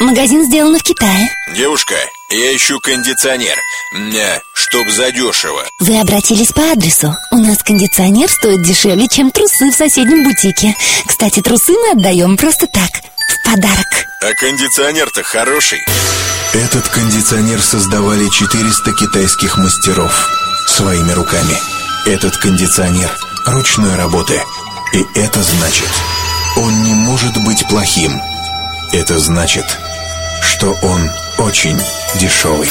Магазин сделано в Китае. Девушка, я ищу кондиционер. Мня, чтоб задешево. Вы обратились по адресу. У нас кондиционер стоит дешевле, чем трусы в соседнем бутике. Кстати, трусы мы отдаем просто так, в подарок. А кондиционер-то хороший. Этот кондиционер создавали 400 китайских мастеров своими руками. Этот кондиционер ручной работы. И это значит, он не может быть плохим. Это значит, что он очень дешевый.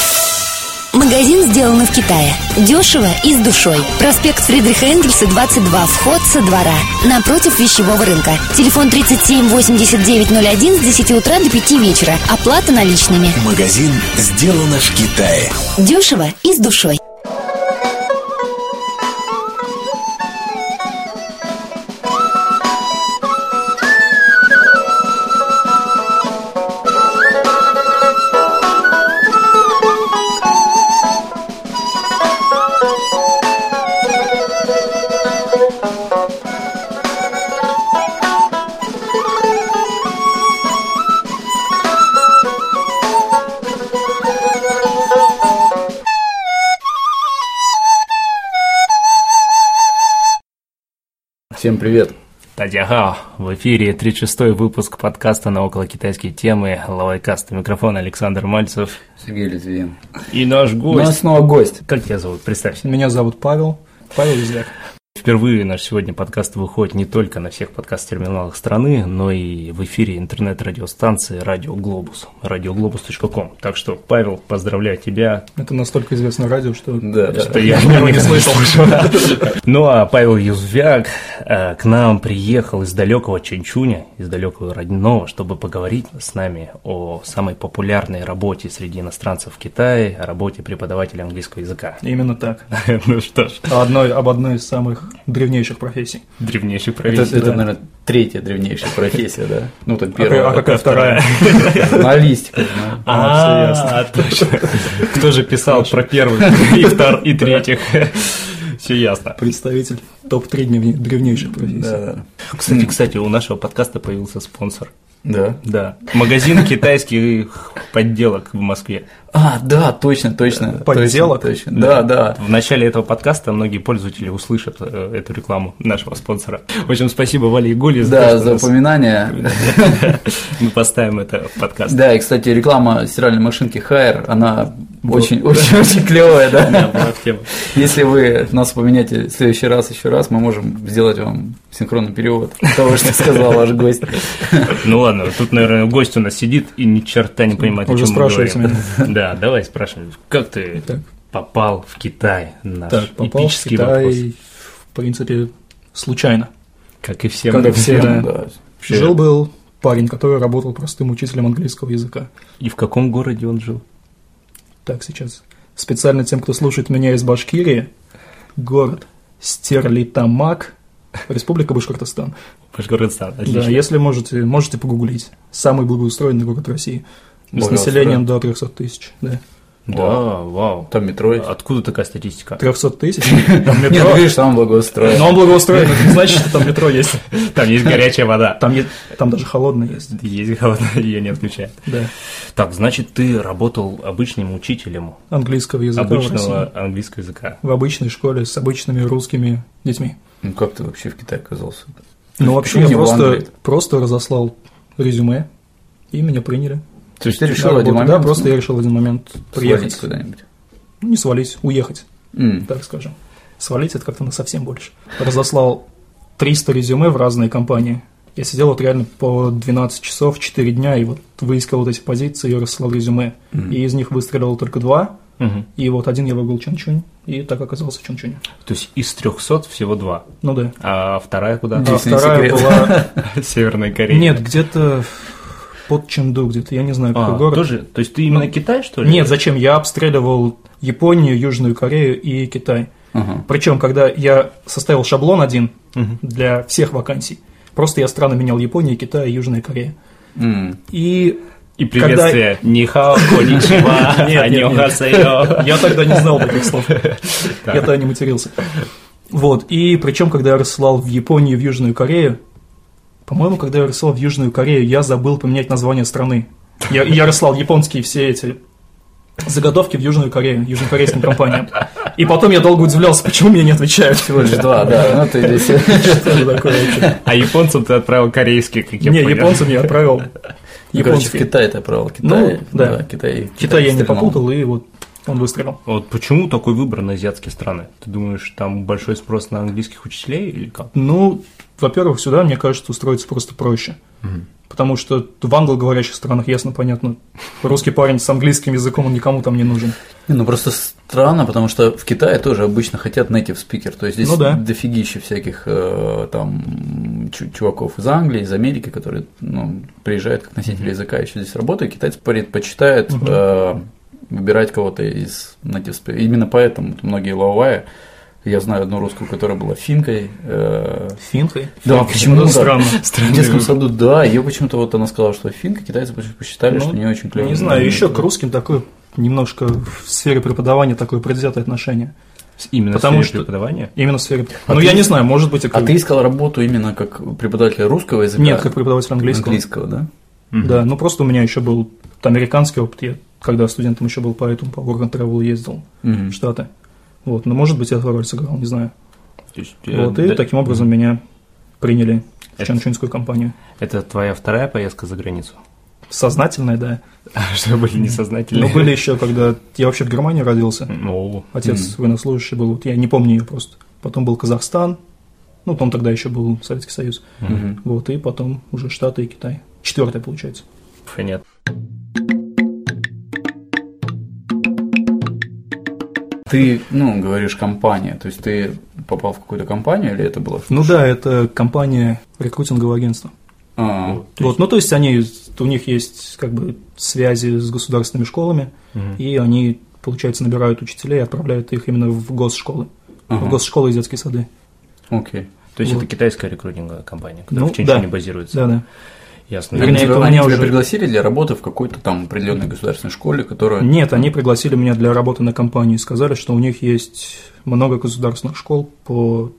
Магазин сделано в Китае. Дешево и с душой. Проспект Фридриха Энгельса, 22, вход со двора. Напротив вещевого рынка. Телефон 37 89 01 с 10 утра до 5 вечера. Оплата наличными. Магазин сделано в Китае. Дешево и с душой. Всем привет. Тадяха, в эфире 36-й выпуск подкаста на около китайские темы Лавайкаст. У микрофона Александр Мальцев Сергей Литвин. и наш У нас гость. снова гость. Как тебя зовут? Представься. Меня зовут Павел. Павел Визляк. Впервые наш сегодня подкаст выходит не только на всех подкаст-терминалах страны, но и в эфире интернет-радиостанции «Радио Глобус», radioglobus.com. Так что, Павел, поздравляю тебя, Это настолько известное радио, что... Да, да. что э, я никогда не слышал. Ну а Павел Юзвяк э, к нам приехал из далекого Ченчуня, из далекого родного, чтобы поговорить с нами о самой популярной работе среди иностранцев в Китае, о работе преподавателя английского языка. Именно так. Ну что ж, О одной, об одной из самых древнейших профессий. древнейший Это, провинция. это, наверное, третья древнейшая профессия, да? Ну, там а первая. какая вторая? Журналистика. ну. А, всё А, точно. Кто же писал про первых и втор и третьих? Все ясно. Представитель топ-3 древнейших профессий. Да, да. Кстати, кстати, у нашего подкаста появился спонсор. Да. Да. Магазин китайских подделок в Москве. А, да, точно, точно. Подделок? точно, точно. Да, да. В начале этого подкаста многие пользователи услышат э, эту рекламу нашего спонсора. В общем, спасибо Вале и Гуле за Да, то, что за нас- упоминание. мы поставим это в подкаст. Да, и, кстати, реклама стиральной машинки Хайер, она очень, очень, очень клевая, Да, да. была в тему. Если вы нас поменяете в следующий раз еще раз, мы можем сделать вам синхронный перевод того, что сказал ваш гость. Ну ладно, тут, наверное, гость у нас сидит и ни черта не понимает, о Уже чем мы спрашиваете говорим. Да, давай спрашиваем, как ты Так. попал в Китай? Наш Так, попал в эпический Китай, вопрос. в принципе, случайно. Как и все. Как и все, да. Да. Вообще. Жил-был парень, который работал простым учителем английского языка. И в каком городе он жил? Так, сейчас. Специально тем, кто слушает меня из Башкирии, город Стерлитамак, Республика Башкортостан. Башкортостан, отлично. Да, если можете, можете погуглить. Самый благоустроенный город России. С Благоустроен. населением до 300 тысяч. Да. Да, вау. Там метро есть. Откуда такая статистика? 300 тысяч? Нет, ну, видишь, там благоустроен. Но он благоустроен, это не значит, что там метро есть. Там есть горячая вода. Там, е- там даже холодное есть. Есть холодная, ее не отключает. Да. Так, значит, ты работал обычным учителем Английского языка в обычного России. английского языка. В обычной школе с обычными русскими детьми. Ну как ты вообще в Китае оказался? Ну, вообще, я не в просто, Англии? просто разослал резюме, и меня приняли. То есть ты На решил в один работу. момент Да, просто я решил в один момент приехать приехать. куда-нибудь? Ну, Не свалить, уехать. М. так скажем. Свалить это как-то на совсем больше. Разослал 300 резюме в разные компании. Я сидел вот реально по 12 часов, 4 дня, и вот выискал вот эти позиции, и расслал резюме. И из них выстрелил только два, Мгм. и вот один я выбрал Чунчунь, и так оказался в Чунчуне. То есть из 300 всего два. Ну да. А вторая куда? А Если не вторая секрет. была... Северная Корея. Нет, где-то под Ченду, где-то, я не знаю, какой А, город. тоже? То есть ты именно Китай, что ли? Нет, зачем? Я обстреливал Японию, Южную Корею и Китай. Ага. Причем, когда я составил шаблон один для всех вакансий, просто я страны менял Япония, Китай, Южная Корея. М. И И приветствие. Нихао, коничева, Нет, нет, нет. я тогда не знал таких слов. Я тогда не матерился. Вот, и причем, когда я рассылал в Японию, в Южную Корею, по-моему, когда я рассылал в Южную Корею, я забыл поменять название страны. Я, я расслал японские все эти заготовки в Южную Корею, южнокорейским компаниям. И потом я долго удивлялся, почему мне не отвечают. Всего лишь два, да. Ну, ты здесь... Что же такое вообще? А японцам ты отправил корейские, как я Не, понял. японцам я отправил. Ну, короче, в Японский. Китай ты отправил. Китай, Ну, да. Китай. Китай я не стрельнул. попутал, и вот он выстрелил. Вот почему такой выбор на азиатские страны? Ты думаешь, там большой спрос на английских учителей или как? Ну, во-первых, сюда, мне кажется, устроиться просто проще. Потому что в англоговорящих странах, ясно, понятно, русский парень с английским языком, он никому там не нужен. Не, Ну просто странно, потому что в Китае тоже обычно хотят native speaker, то есть здесь Ну да. дофигища всяких э, там чу- чуваков из Англии, из Америки, которые ну, приезжают как носители языка, еще здесь работают, китайцы предпочитают э, выбирать кого-то из native speaker. Именно поэтому вот многие лаовая, я знаю одну русскую, которая была финкой, э, Финкой? Да, почему Ну, да? странно. в детском саду, да, ее почему-то вот она сказала, что финка, китайцы почему-то посчитали, Ну, что не очень клево. Не знаю, еще к русским такое немножко в сфере преподавания такое предвзятое отношение. Именно Потому Потому что- что преподавания? Именно в сфере. А ну, ты- я не знаю, может быть, и А как- ты искал работу именно как преподаватель русского языка? Нет, как преподаватель английского. английского, да? Да, ну просто у меня еще был американский опыт, я когда студентом еще был, поэтому по Work and Travel ездил в Мгм. Штаты. Вот, ну, может быть, я эту роль сыграл, не знаю. То есть, э, Вот, и да- таким образом меня приняли в Это- Чанчунскую компанию. Это твоя вторая поездка за границу? Сознательная, да. Что Ну, были несознательные? Но были еще, когда я вообще в Германии родился. Ну, Отец военнослужащий был, вот я не помню ее просто. Потом был Казахстан, ну, потом тогда еще был Советский Союз. Мгм. Вот, и потом уже Штаты и Китай. Четвертая, получается. понятно. Ты, ну, говоришь, компания, то есть ты попал в какую-то компанию или это было? Ну да, это компания рекрутингового агентства. А, Вот, ну то есть они, у них есть как бы связи с государственными школами, и они, получается, набирают учителей и отправляют их именно в госшколы, в Ага. госшколы и детские сады. окей. То есть Вот. это китайская рекрутинговая компания, которая Ну, в Чечне да. базируется? Да, да. Ясно. Вернее, Они тебя, это у они меня тебя уже- пригласили для работы в какой-то там определенной государственной школе, которая... Нет, они пригласили меня для работы на компанию и сказали, что у них есть много государственных школ по,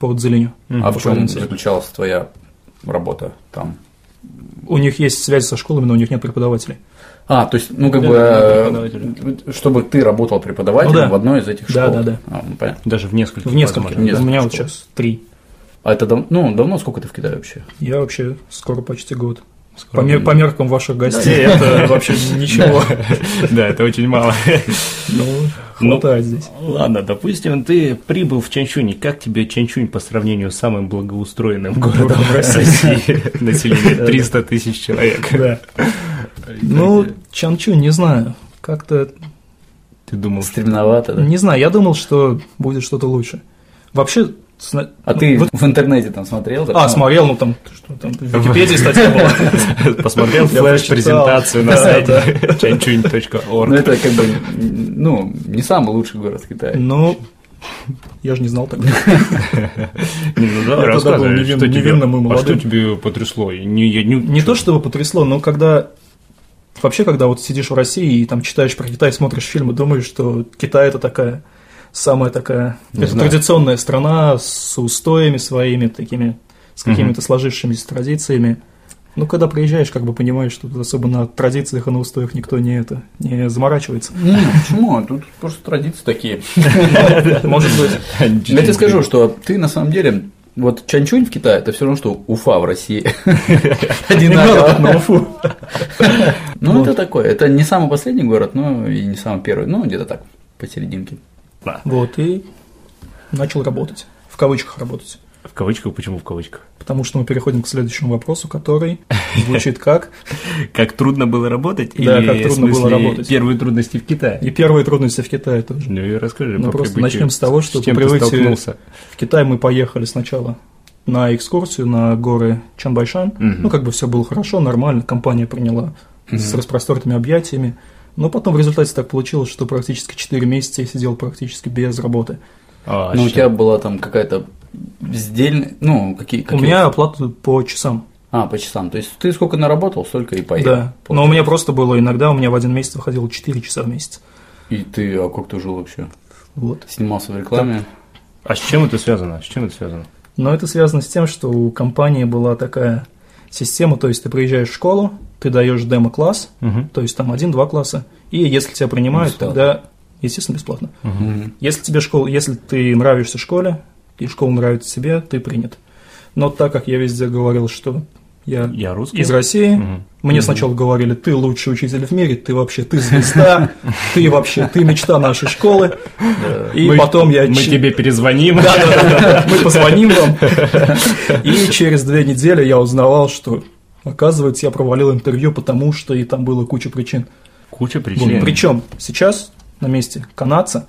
по Дзелиню. А в по чем провинции. заключалась твоя работа там? У них есть связь со школами, но у них нет преподавателей. А, то есть, ну, как Да, бы, да, э, чтобы ты работал преподавателем Ну да. в одной из этих Да, школ. да, да. А, ну, понятно. Даже в нескольких, В нескольких. возможно. нескольких у меня вот школ. сейчас три. А это дав- ну, давно сколько ты в Китае вообще? Я вообще скоро почти год. По, мер- по меркам ваших гостей это вообще ничего. Да, это очень мало. Ну, Ну, хватает здесь. Ладно, допустим, ты прибыл в Чанчунь. Как тебе Чанчунь по сравнению с самым благоустроенным городом в России? Население 300 тысяч человек. Да. Ну, Чанчу, не знаю. Как-то, Ты думал, что- Стремновато, да? не знаю, я думал, что будет что-то лучше. Вообще, сна- А ты вот- в интернете там смотрел? да? А, Ну, смотрел, ну там, что там, в Википедии статья была. посмотрел Я флеш-презентацию на сайте chanchun.org. Ну, это как бы, ну, не самый лучший город Китая. Ну, я же не знал тогда. Не, ну давай Я тогда рассказывай, был невин- что тебе- невинным и А что молодым. тебе потрясло? Не, я не- Не то, чтобы потрясло, но когда... Вообще, когда вот сидишь в России и там читаешь про Китай, смотришь фильмы, думаешь, что Китай это такая самая такая... это знаю. традиционная страна с устоями своими, такими, с какими-то сложившимися традициями. Ну, когда приезжаешь, как бы понимаешь, что тут особо на традициях и на устоях никто не это не заморачивается. Не, почему? Тут просто традиции такие. Может быть. Я тебе скажу, что ты на самом деле, вот Чанчунь в Китае, это все равно, что Уфа в России. Надо на Одинаково. Уфу. Ну, это такое. Это не самый последний город, но и не самый первый. Ну, где-то так, посерединке. Вот, и начал работать. В кавычках работать. В кавычках, почему в кавычках? Потому что мы переходим к следующему вопросу, который звучит как Как трудно было работать? Да, или, как в трудно было смысле, работать. Первые трудности в Китае. И первые трудности в Китае тоже. Ну и расскажи. Ну, по просто прибытию, начнем с того, что чем по ты прибытию- столкнулся. В Китай мы поехали сначала на экскурсию на горы Чанбайшан. Ну, как бы все было хорошо, нормально, компания приняла с распростертыми объятиями. Но потом в результате так получилось, что практически 4 месяца я сидел практически без работы. А, Ну, у щас. тебя была там какая-то сдельная, ну, какие... У какие- меня оплата по часам. А, по часам. То есть, ты сколько наработал, столько и поехал. Да. Но у меня просто было иногда, у меня в один месяц выходило 4 часа в месяц. И ты, а как ты жил вообще? Вот. Снимался в рекламе? А с чем это связано? С чем это связано? Но это связано с тем, что у компании была такая система, то есть ты приезжаешь в школу, ты даешь демо-класс, Мгм. то есть там один-два класса, и если тебя принимают, Бесплатно. тогда, естественно, бесплатно. Если тебе школа, если ты нравишься школе, и школа нравится тебе, ты принят. Но так как я везде говорил, что я Я русский. из России, Мгм. мне сначала говорили, ты лучший учитель в мире, ты вообще, ты звезда, ты вообще, ты мечта нашей школы. И Мы- потом я... Мы че- тебе перезвоним. Да-да-да, мы позвоним вам. И через две недели я узнавал, что, оказывается, я провалил интервью, потому что и там было куча причин. Куча причин. Причем сейчас на месте канадца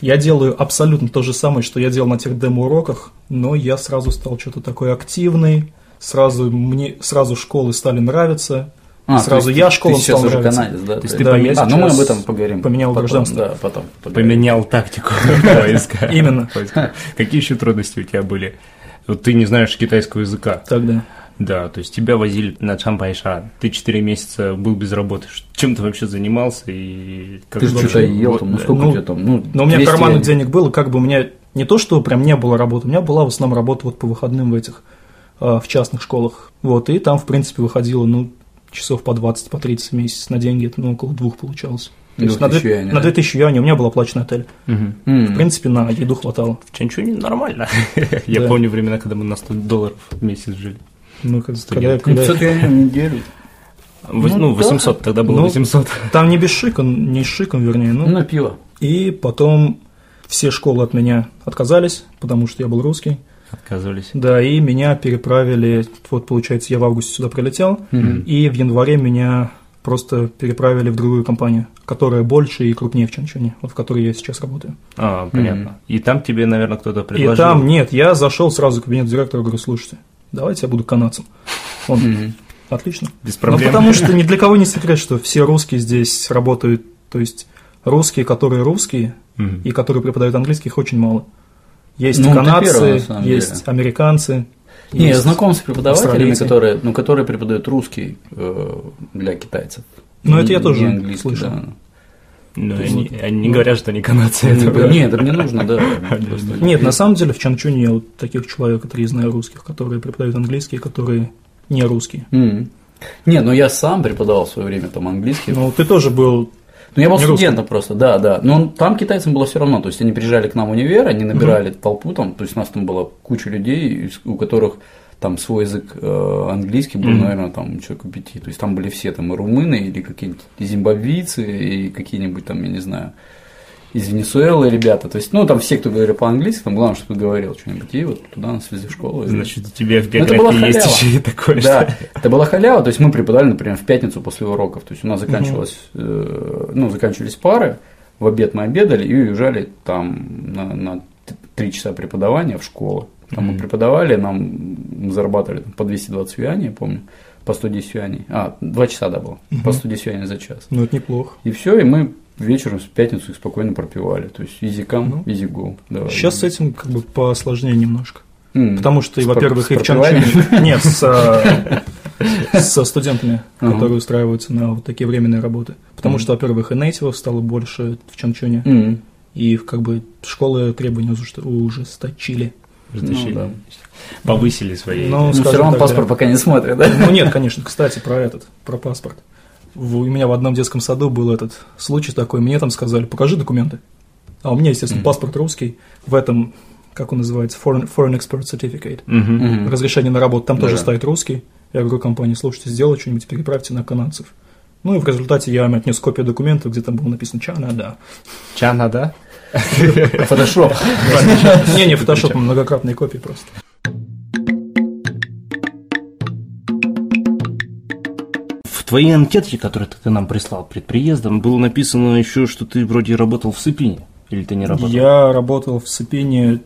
я делаю абсолютно то же самое, что я делал на тех демо-уроках, но я сразу стал что-то такой активный, сразу мне сразу школы стали нравиться, А, сразу то есть я ты- школам ты сейчас стал уже нравиться. канадец, да? То есть ты поменял- А, ну мы об сейчас этом поговорим. поменял Потом, гражданство. Да, потом. поговорим. Поменял тактику поиска. Именно. Поиска. Какие еще трудности у тебя были? Вот ты не знаешь китайского языка. Тогда Да, то есть тебя возили на Чампайша. Ты 4 месяца был без работы. Ш- Чем ты вообще занимался и как Ты же вообще- что-то ел Вот, там, ну да. сколько Ну, у тебя там? Ну, Но у меня 200 карманных денег было, как бы у меня не то, что прям не было работы, у меня была в основном работа вот по выходным в этих, э, в частных школах. Вот, и там, в принципе, выходило, ну, часов по 20, по 30 в месяц на деньги, это, ну, около двух получалось. То есть на, 2000 две- юаней, на да? 2000 юаней у меня был оплачен отель. Мгм. М. В принципе, на еду хватало. В Чанчуне нормально. Я Да. помню времена, когда мы на 100 долларов в месяц жили. Ну, как- когда, я- Студент. когда я- 500 юаней в неделю. Вось- Ну, 800, тогда было Ну, 800. Там не без шиком, не с шиком, вернее, ну, Ну, на пиво. и потом все школы от меня отказались, потому что я был русский. Отказывались. Да, и меня переправили, вот получается, я в августе сюда прилетел, и в январе меня просто переправили в другую компанию, которая больше и крупнее в Чанчуне, вот в которой я сейчас работаю. А, понятно. И там тебе, наверное, кто-то предложил. И там, нет, я зашел сразу в кабинет директора, говорю, слушайте, давайте я буду канадцем. Он, отлично. Без Ну, проблем. потому что ни для кого не секрет, что все русские здесь работают, то есть русские, которые русские, Мгм. и которые преподают английский, их очень мало. Есть Ну, ты канадцы, первый, на самом деле. есть американцы. Не, я есть- знаком с преподавателями, австралийцы. которые, ну, которые преподают русский э, для китайцев. Ну, Не- это я не тоже английский, слышал. да. Ну, они, они не говорят, что они канадцы. это правда. Ну, Нет, это мне нужно, да. Нет, на самом деле в Чанчуне я вот таких человек, три знаю русских, которые преподают английский, которые не русские. М. Не, ну я сам преподавал в свое время там английский. Ну, ты тоже был... Ну, я был не студентом просто, да, да. Но он- там китайцам было все равно. То есть они приезжали к нам в универ, они набирали толпу там. То есть у нас там была куча людей, из- у которых там свой язык э, английский был, наверное, там человек у пяти. То есть там были все там и румыны, или какие-нибудь зимбабвийцы, и какие-нибудь там, я не знаю, из Венесуэлы ребята. То есть, ну, там все, кто говорили по-английски, там главное, чтобы говорил что-нибудь. И вот туда нас везли в школу. И- Значит, у тебя в ну, это была биографии есть халява. еще и такое, Да, что... это была халява, то есть мы преподавали, например, в пятницу после уроков. То есть у нас заканчивалось, э, ну, заканчивались пары, в обед мы обедали и уезжали там на, на т- три часа преподавания в школу. Там мы преподавали, нам мы зарабатывали там по 220 юаней, я помню, по 110 юаней. А, два часа, да, было, по 110 юаней за час. Ну, это неплохо. И все, и мы вечером в пятницу их спокойно пропивали. То есть easy come, easy go. Да. Сейчас с этим как бы посложнее немножко. М. Потому что, и, С во-первых, и в пропиванием? Чанчуне... Нет, с, э, со студентами, которые устраиваются на вот такие временные работы. Потому что, во-первых, и нейтивов стало больше в Чанчуне, М. и как бы школы требования ужест- ужесточили. Затащили. Ну, да. Повысили свои... Ну, Ну, все скажем равно так, паспорт да. пока не смотрит, да? Ну нет, конечно, кстати, про этот, про паспорт. В- у меня в одном детском саду был этот случай такой, мне там сказали, покажи документы. А у меня, естественно, паспорт русский, в этом, как он называется, Foreign, foreign Expert Certificate, Мгм. Мгм. разрешение на работу, там тоже Да. стоит русский. Я говорю компании, слушайте, сделай что-нибудь, переправьте на канадцев. Ну и в результате я им отнес копию документов, где там было написано «Чана», да. Чана, да? Фотошоп. Не, не, фотошоп, Типа многократные копии просто. В твоей анкетке, которую ты нам прислал перед приездом, было написано еще, что ты вроде работал в Сыпине. Или ты не работал? Я работал в Сыпине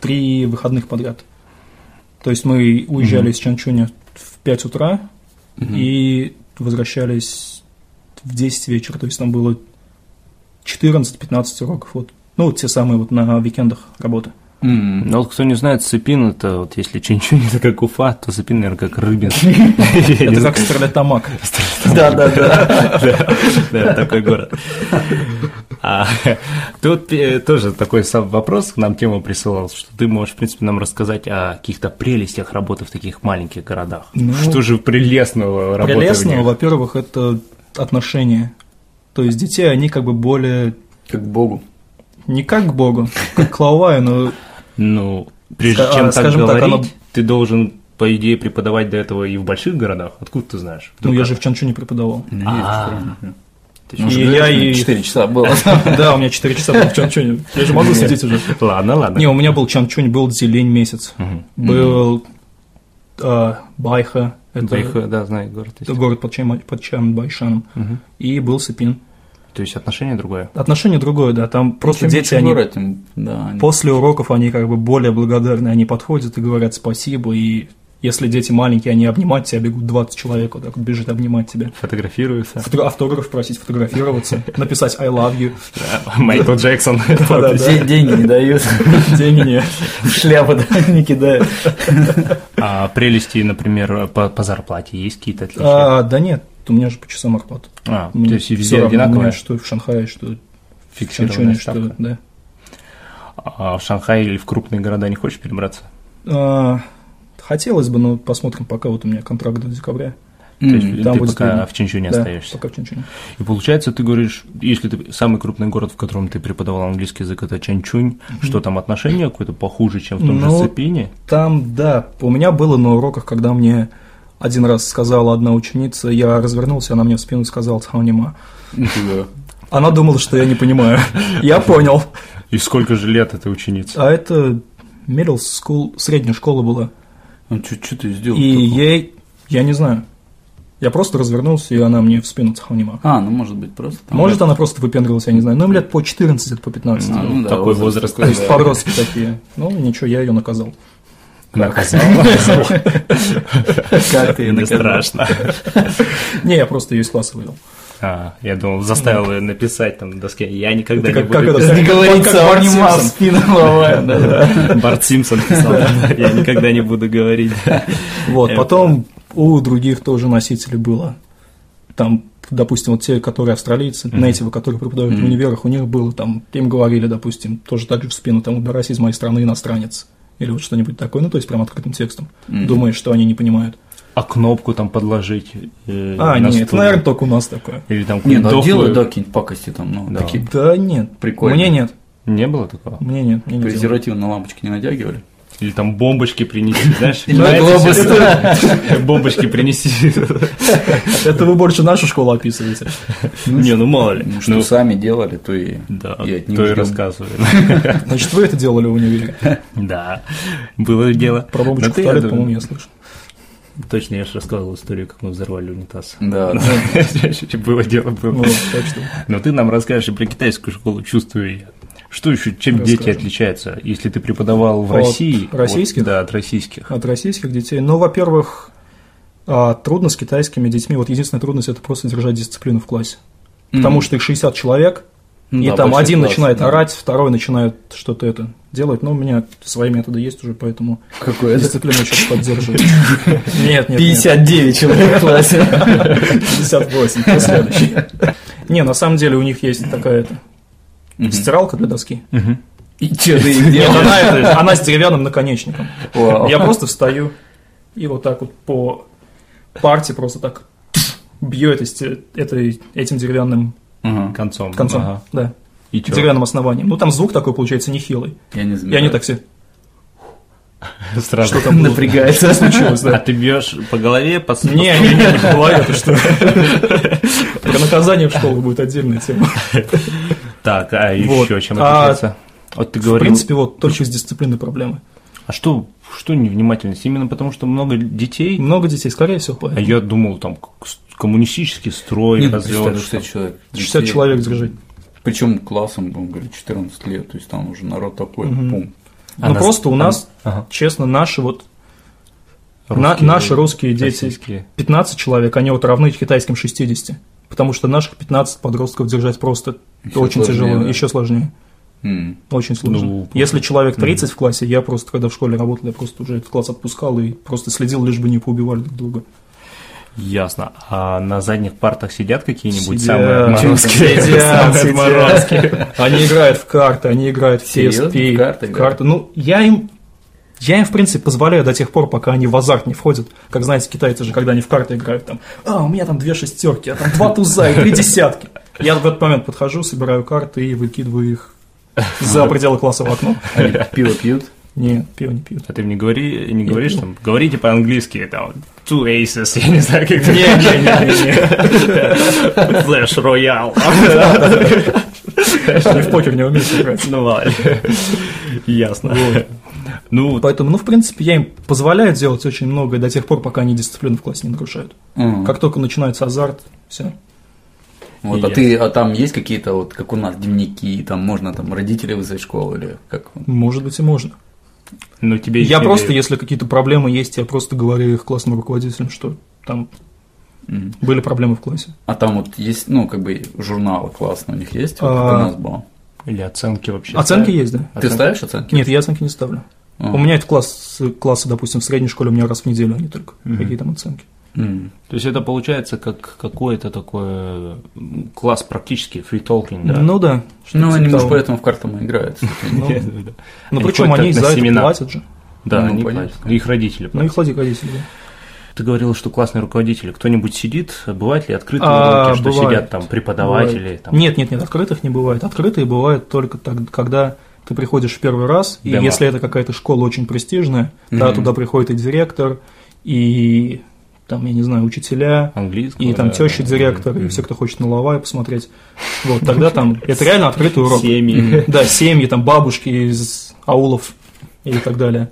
три выходных подряд. То есть мы уезжали из Чанчуня в 5 утра и возвращались в 10 вечера. То есть там было 14-15 уроков. Вот. Ну, вот те самые вот на уикендах работы. М. Ну вот кто не знает, Сыпин это вот если Чинчунь это как Уфа, то Сыпин, наверное, как Рыбин. Я не Это знаю, как стрелять тамак. Да, да, да. Да, такой город. А, тут э, тоже такой сам вопрос к нам тему присылал, что ты можешь, в принципе, нам рассказать о каких-то прелестях работы в таких маленьких городах. Ну, что же прелестного работы в Прелестно, них? во-первых, это отношения. То есть детей, они как бы более Как богу. не как к Богу, как к Лаоваю, но Ну, прежде Ска- чем так а, скажем так, говорить, оно- ты должен, по идее, преподавать до этого и в больших городах. Откуда ты знаешь? ну, Вдруг я это- же в Чанчуне преподавал. Ну, И же я говоришь, и- 4 часа было. Да, у меня 4 часа было в Чанчуне. Я же могу сидеть уже. Ладно, ладно. Не, у меня был Чанчунь, был Зелень месяц, был а, Байха, это Байхэ, да, знаю город. есть. это город под Чан- под Чанбайшаном, и был Сыпин. То есть отношение другое. Отношение другое, да, там просто Чем дети, меньше они город, тем- да, они- после уроков они как бы более благодарны, они подходят и говорят спасибо, и если дети маленькие, они обнимают тебя, бегут 20 человек, вот так вот бежит обнимать тебя. Фотографируется. Фото- Автограф просить, фотографироваться, написать «I love you», Майкл Джексон. да, Все деньги не дают, деньги не. в шляпу да, не кидают. А прелести, например, по, по зарплате есть какие-то отличия? А, Да нет, у меня же по часам оклад. А, Мне то есть и всё везде равно, мне одинаковые? Что в Шанхае, что в Фиксированная Чанчуне, ставка. что... Да. А в Шанхай или в крупные города не хочешь перебраться? А, Хотелось бы, но посмотрим, пока вот у меня контракт до декабря. То есть там ты будет пока видно. в Чинчуне Да, остаешься. пока в Чанчуне. И получается, ты говоришь, если ты самый крупный город, в котором ты преподавал английский язык, это Чанчунь, что там отношение какое-то похуже, чем в том Ну, же Цепине? Там, да, у меня было на уроках, когда мне один раз сказала одна ученица, я развернулся, она мне в спину сказала «Цхаунима». Она думала, что я не понимаю. Я понял. И сколько же лет этой ученице? А это middle school, средняя школа была. Ну, что ты сделал? И такого? ей, я не знаю, я просто развернулся, и она мне в спину «Цхаунима». А, ну, может быть, просто. там- Может, она просто выпендривалась, я не знаю. Ну, им лет по 14, это по 15. А, ну да, Такой возраст. То есть подростки такие. Ну, ничего, я ее наказал. Как ты её Не наказал? страшно. Не, я просто ее из класса вывел. А, я думал, заставил ее написать там на доске. Я никогда не Это как- буду как это? писать». Не говорится, он не мал, спину ломает, да, да. Барт Симпсон писал, я никогда не буду говорить. Вот, Это- потом у других тоже носителей было. Там, допустим, вот те, которые австралийцы, нейтивы, которые преподают в универах, у них было там, им говорили, допустим, тоже так же в спину, там, убирайся из моей страны, иностранец. Или вот что-нибудь такое, ну, то есть прям открытым текстом. Думаешь, что они не понимают. А кнопку там подложить? э, А, на нет, это, стул? наверное, только у нас такое. Или там Не, ну, какую-нибудь делают, да, дохлую? какие-нибудь пакости там, ну, Да. такие Да нет. Прикольно. Мне нет, Не было такого? мне нет, мне не делают. презервативы на лампочки не натягивали. Или там бомбочки принести, знаешь? Или на глобус. глобус. Бомбочки принести. Это вы больше нашу школу описываете. Не, ну мало ли. Ну, что Ну, сами делали, то и, Да, и от них то и ждём. рассказываю. Значит, вы это делали в универе. Да, было дело. Про бомбочку Но в ты, Ну, я туалет, думаю, по-моему, я слышал. Точно, я же рассказывал историю, как мы взорвали унитаз. Да, да. Было дело, было. Вот, Ну, так что... Но ты нам расскажешь и про китайскую школу, чувствую я. Что еще, чем дети Расскажем. отличаются, если ты преподавал в От России? российских? вот, да, от российских. от российских детей. Ну, во-первых, а, трудно с китайскими детьми. Вот единственная трудность это просто держать дисциплину в классе. Потому что их 60 человек, Ну и да, там большой один класс, начинает да. орать, второй начинает что-то это делать. Но у меня свои методы есть уже, поэтому Какое это? дисциплину сейчас поддерживаю. Нет, нет, нет. 59 человек в классе. 58, кто следующий. Не, на самом деле у них есть такая-то стиралка для доски. И че ты их Нет, делал? она, это- она с деревянным наконечником. Вау. Я просто встаю и вот так вот по парте просто так бью этой, сте- этой, этим деревянным Ага. Концом. концом, Ага. да, И чё? деревянным основанием. Ну, там звук такой получается нехилый. Я не И знаю. они так все, Сразу. что там было? Напрягается. случилось, А да. ты бьешь по голове, по с- Не, не, не, в голове, ты что? Про наказание в школу будет отдельная тема. Так, а Вот. еще чем А, отличается? Вот ты В говорил. принципе, вот только с дисциплины проблемы. А что, что невнимательность? Именно потому, что много детей. Много детей, скорее всего, поэтому. А я думал, там к- с- коммунистический строй Нет, развёлся, представь, 60 человек. 60 А Детей. человек держать. Причем классом, он говорит, 14 лет, то есть там уже народ такой, пум. А Ну, нас- просто у а нас, ага. честно, наши вот там На- наши русские дети, российские. 15 человек, они вот равны китайским 60. Потому что наших 15 подростков держать просто Ещё очень сложнее, тяжело, да. еще сложнее. М. Очень сложно. Ну, Если человек 30 в классе, я просто, когда в школе работал, я просто уже этот класс отпускал и просто следил, лишь бы не поубивали друг друга. Ясно. А на задних партах сидят какие-нибудь Сидят. самые отморозки? Сидят, Самые сидят. отморозки. Они играют в карты, они играют в Серьезно? PSP. В карты играют? Ну, я им я им, в принципе, позволяю до тех пор, пока они в азарт не входят. Как знаете, китайцы же, когда они в карты играют, там, а, у меня там две шестерки, а там два туза и три десятки. Я в этот момент подхожу, собираю карты и выкидываю их за пределы класса в окно. Они пиво пьют. Нет, пиво не пьют. А ты им не говори, не говоришь там, говорите по-английски, там, two aces, я не знаю, как это. Флэш роял. Они в покер не умеют играть. Ну ладно. Ясно. Ну, Поэтому, ну, в принципе, я им позволяю делать очень многое до тех пор, пока они дисциплину в классе не нарушают. Мгм. Как только начинается азарт, все. А, Вот, а ты, а там есть какие-то вот, как у нас, дневники, там можно там родителей вызвать в школу или как? Может быть и можно. ну тебе Я ещё просто, не- если какие-то проблемы есть, я просто говорю их классным руководителям, что там Мгм. были проблемы в классе. А там вот есть, ну, как бы журналы классные у них есть, вот, как А, у нас было. Или оценки вообще. Оценки ставят? есть, да? Ты Оценки. ставишь оценки? Нет, я оценки не ставлю. А. У меня это класс, классы, допустим, в средней школе у меня раз в неделю они только. Какие там оценки? М. То есть это получается как какой-то такой м, класс практически, фри-толкинг, да? Ну да. что-то Ну, типа они, может, того. поэтому в картам и играют. Ну, Да. Ну, Они причем ходят они как за на это семена. платят же. Да, Ну, они понятно. платят. Их родители Ну, платят. их родители, да. Ты говорил, что классные руководители. Кто-нибудь сидит? Бывают ли открытые А, уроки, что бывает. сидят там преподаватели? Бывает. Там, Нет, нет, нет, открытых не бывает. Открытые бывают только тогда, когда ты приходишь в первый раз, и Демо. если это какая-то школа очень престижная, тогда Мгм. туда приходит и директор, и там, я не знаю, учителя, Английского. и там да, теща да, директор, и все, кто хочет на лавай посмотреть. Вот, тогда там, это реально открытый урок. Семьи. Да, семьи, там бабушки из аулов и так далее.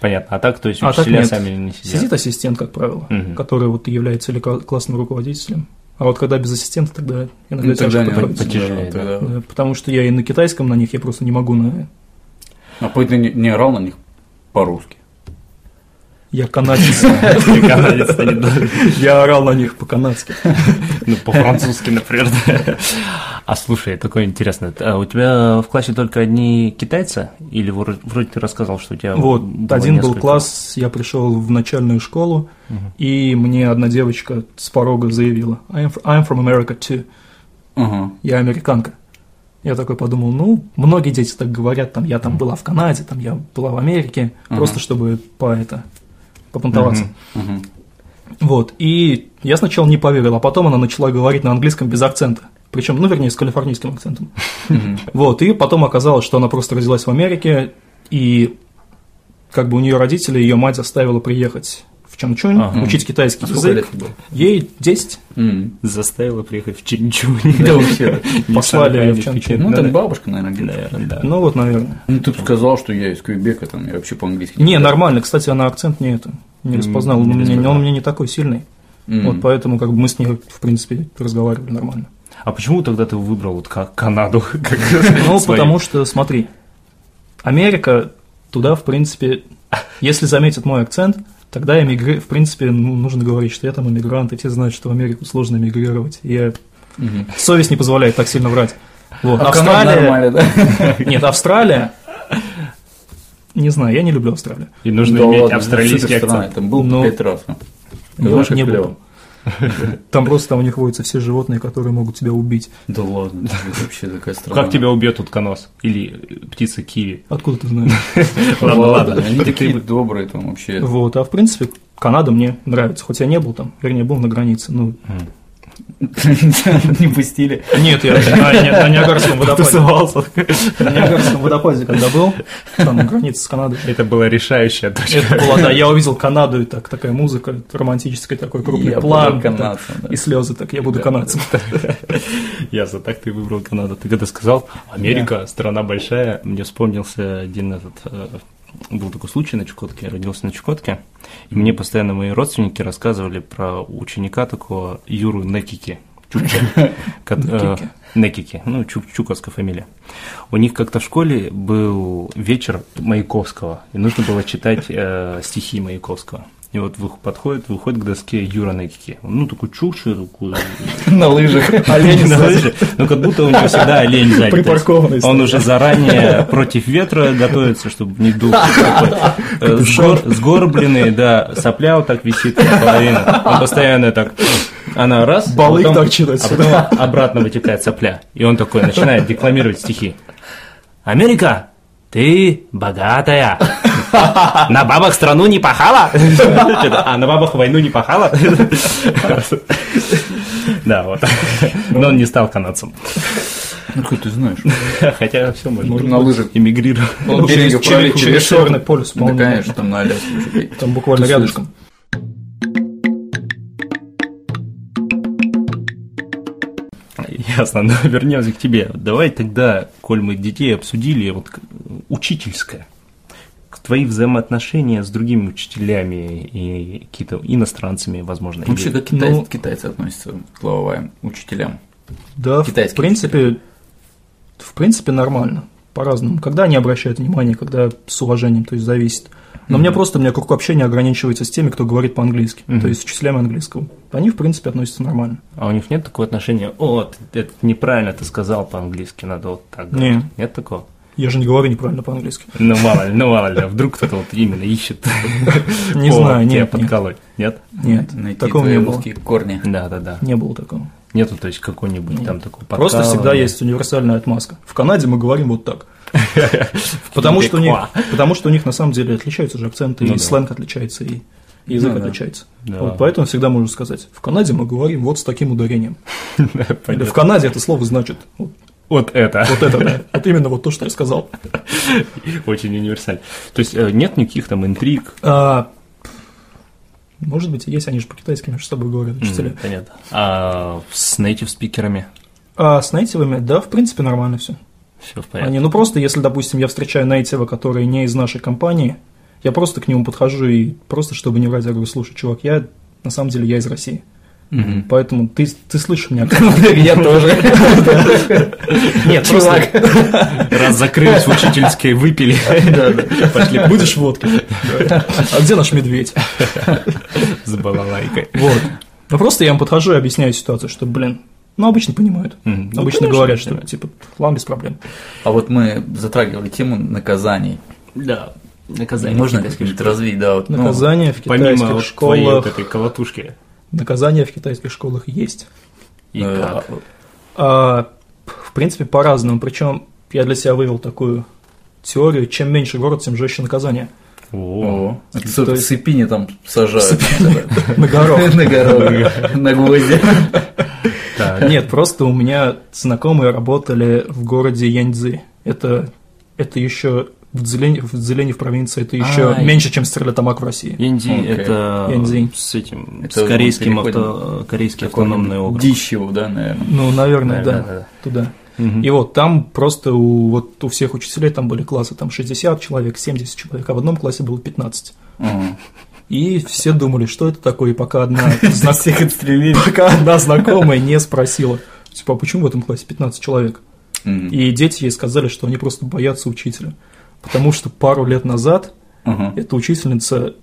Понятно. А так, то есть А так учителя нет. сами не сидят? Сидит ассистент, как правило, Мгм. который вот является или кла- классным руководителем. А вот когда без ассистента, тогда иногда Ну, тяжко тогда они приходится. потяжелее, да, тогда- Да, Потому что я и на китайском на них, я просто не могу на... А поэтому ты не- не орал на них по-русски. Я канадец. Канадец, да, не должен. Я орал на них по-канадски. Ну, по-французски, например. да. А слушай, такое интересное. А у тебя в классе только одни китайцы? Или вро- вроде ты рассказал, что у тебя Вот, было один был несколько? класс, я пришел в начальную школу, и мне одна девочка с порога заявила, I'm fr- I'm from America too, Ага. я американка. Я такой подумал, ну, многие дети так говорят, там, я там была в Канаде, там, я была в Америке, Мгм. просто чтобы по это, попонтоваться. Мгм. Вот, и я сначала не поверил, а потом она начала говорить на английском без акцента. Причем, ну, вернее, с калифорнийским акцентом. Вот, и потом оказалось, что она просто родилась в Америке, и как бы у нее родители, ее мать заставила приехать в Чанчунь, Ага. учить китайский А сколько лет язык. тебе было? Ей 10 М. Заставила приехать в Чинчунь. Да вообще. послали её в Чанчунь. Ну, там бабушка, наверное, где-то. Наверное, да. Ну вот, наверное. Ну, ты бы сказал, что я из Квебека, там, я вообще по-английски Не, говорю. нормально, кстати, она акцент не это не распознала. не Он, мне, распознала. он мне не такой сильный. М. Вот поэтому как бы мы с ней, в принципе, разговаривали нормально. А почему тогда ты выбрал вот Ка- Канаду? как Ну, свою? потому что, смотри, Америка туда, в принципе, если заметят мой акцент, тогда эмигри... в принципе, ну, нужно говорить, что я там эмигрант, и все знают, что в Америку сложно эмигрировать. Я... Мгм. Совесть не позволяет так сильно врать. Вот. А в Канаде нормально, да? Нет, Австралия... Не знаю, я не люблю Австралию. И нужно Да иметь ладно, австралийский супер страна, акцент. Там был Ну, пять раз. ну. я Знаешь, как не был. клёво? Там просто там у них водятся все животные, которые могут тебя убить. Да ладно, это вообще такая страна. Как тебя убьет утконос? Или э, птица киви? Откуда ты знаешь? Ладно, ладно. Они такие добрые там вообще. Вот, а в принципе, Канада мне нравится, хоть я не был там, вернее, был на границе, ну... Не пустили. Нет, я на, не- на Ниагарском водопаде. Тусовался. На Ниагарском водопаде, когда был, там граница с Канадой. Это была решающая точка. Это было, да, я увидел Канаду, и так, такая музыка, романтическая, такой крупный Я план. буду канадцем, так, да. И слезы, так, я буду канадцем. Ясно, так ты выбрал Канаду. Ты когда сказал, Америка, страна большая, мне вспомнился один этот... э, Был такой случай на Чукотке, я родился на Чукотке, и мне постоянно мои родственники рассказывали про ученика такого Юру Некики. Чукча. Кот- э, Некики. Некики, ну, Чук- Чукотская фамилия. У них как-то в школе был вечер Маяковского, и нужно было читать э, стихи Маяковского. И вот вы- подходит, выходит к доске Юра Некики. Ну, такой чур широкую. На лыжах. Олень на сзади. лыжи. Ну, как будто у него всегда олень сзади. То есть Припаркованный Он стоит. уже заранее против ветра готовится, чтобы не дул. Э, сгор- Сгорбленный, да, сопля вот так висит наполовину. Он постоянно так... Она раз, а Балык потом- торчит а отсюда. потом обратно вытекает сопля. И он такой начинает декламировать стихи. Америка, ты богатая. На бабах страну не пахала? А, на бабах войну не пахала? Да, вот. Но он не стал канадцем. Ну, как ты знаешь? Хотя все можно. Можно на лыжах. Эмигрировал. Он Через- берега через- пролетел. через Северный полюс, Да, по-моему. Ну, конечно, там на Аляске уже. Там буквально Ты рядышком. Ясно, но вернемся к тебе. Давай тогда, коль мы детей обсудили, вот к- учительское. К- Твои взаимоотношения с другими учителями и какие-то иностранцами, возможно. Вообще, или- как китайцы, Ну- китайцы относятся к лавоваям, учителям? Да, в Китайские принципе, в принципе нормально. По-разному. Когда они обращают внимание, когда с уважением, то есть зависит. Но мне просто, у меня круг общения ограничивается с теми, кто говорит по-английски, то есть с учителями английского. Они, в принципе, относятся нормально. А у них нет такого отношения, о, ты- это неправильно ты сказал по-английски, надо вот так говорить». Не. Нет такого? Я же не говорю неправильно по-английски. Ну мало ли, ну мало ли, а вдруг кто-то вот именно ищет. Не повод тебя знаю, нет, нет, подколоть. Нет? нет, Найти такого твои не было. русские корни. Да, да, да. Не было такого. Нету, то есть, какой-нибудь там такой Просто подкалывания. всегда есть универсальная отмазка. В Канаде мы говорим вот так. Потому что, у них, потому что у них на самом деле отличаются же акценты, Ну и да. сленг отличается, и язык Ну да. отличается. Да. Вот поэтому всегда можно сказать, в Канаде мы говорим вот с таким ударением. Или в Понятно. Канаде это слово значит вот, Вот это. вот это, да. Вот именно вот то, что я сказал. Очень универсально. То есть э, нет никаких там интриг. А, может быть, и есть, они же по-китайски между собой говорят, учителя. М, Понятно. А с native спикерами А с нейтивами, да, в принципе, нормально все. все в Они, порядке. ну просто, если, допустим, я встречаю Нейтива, который не из нашей компании, я просто к нему подхожу и просто, чтобы не врать, я говорю, слушай, чувак, я на самом деле я из России. Поэтому ты, ты слышишь меня. Я тоже. Нет, чувак. Раз закрылись в учительской, выпили. Пошли Будешь водки. А где наш медведь? с балалайкой. Вот. Ну просто я им подхожу и объясняю ситуацию, что, блин, ну обычно понимают. Мгм. Ну, Обычно конечно, говорят, что да. типа, ладно, без проблем. А вот мы затрагивали тему наказаний. Да. Наказание. Можно китайской как-нибудь школы. развить, да, вот. ну, Наказание в Помимо китайских вот твоей вот школах. этой колотушки. Наказание в китайских школах есть. И э, как? А, в принципе, по-разному. Причем я для себя вывел такую теорию, чем меньше город, тем жестче наказание. О. О, это То в есть- Цепине там сажают. На горох. На горох, на гвозди. Так. Нет, просто у меня знакомые работали в городе Яньцзи. Это, это еще в Дзелене, в Дзелене, в провинции, это еще А, и- меньше, чем Стерлитамак в России. Инди Окей. это Инди. с этим Это с мы корейским переходим авто, корейский автономный округ. Дищеву, да, наверное. Ну, наверное, Наверное, да, да. туда. Мгм. И вот там просто у, вот у всех учителей там были классы, там 60 человек, 70 человек, а в одном классе было 15. О, И все думали, что это такое, и пока одна, зна- пока одна знакомая не спросила, типа, а почему в этом классе 15 человек? м, И дети ей сказали, что они просто боятся учителя. Потому что пару лет назад ага. эта учительница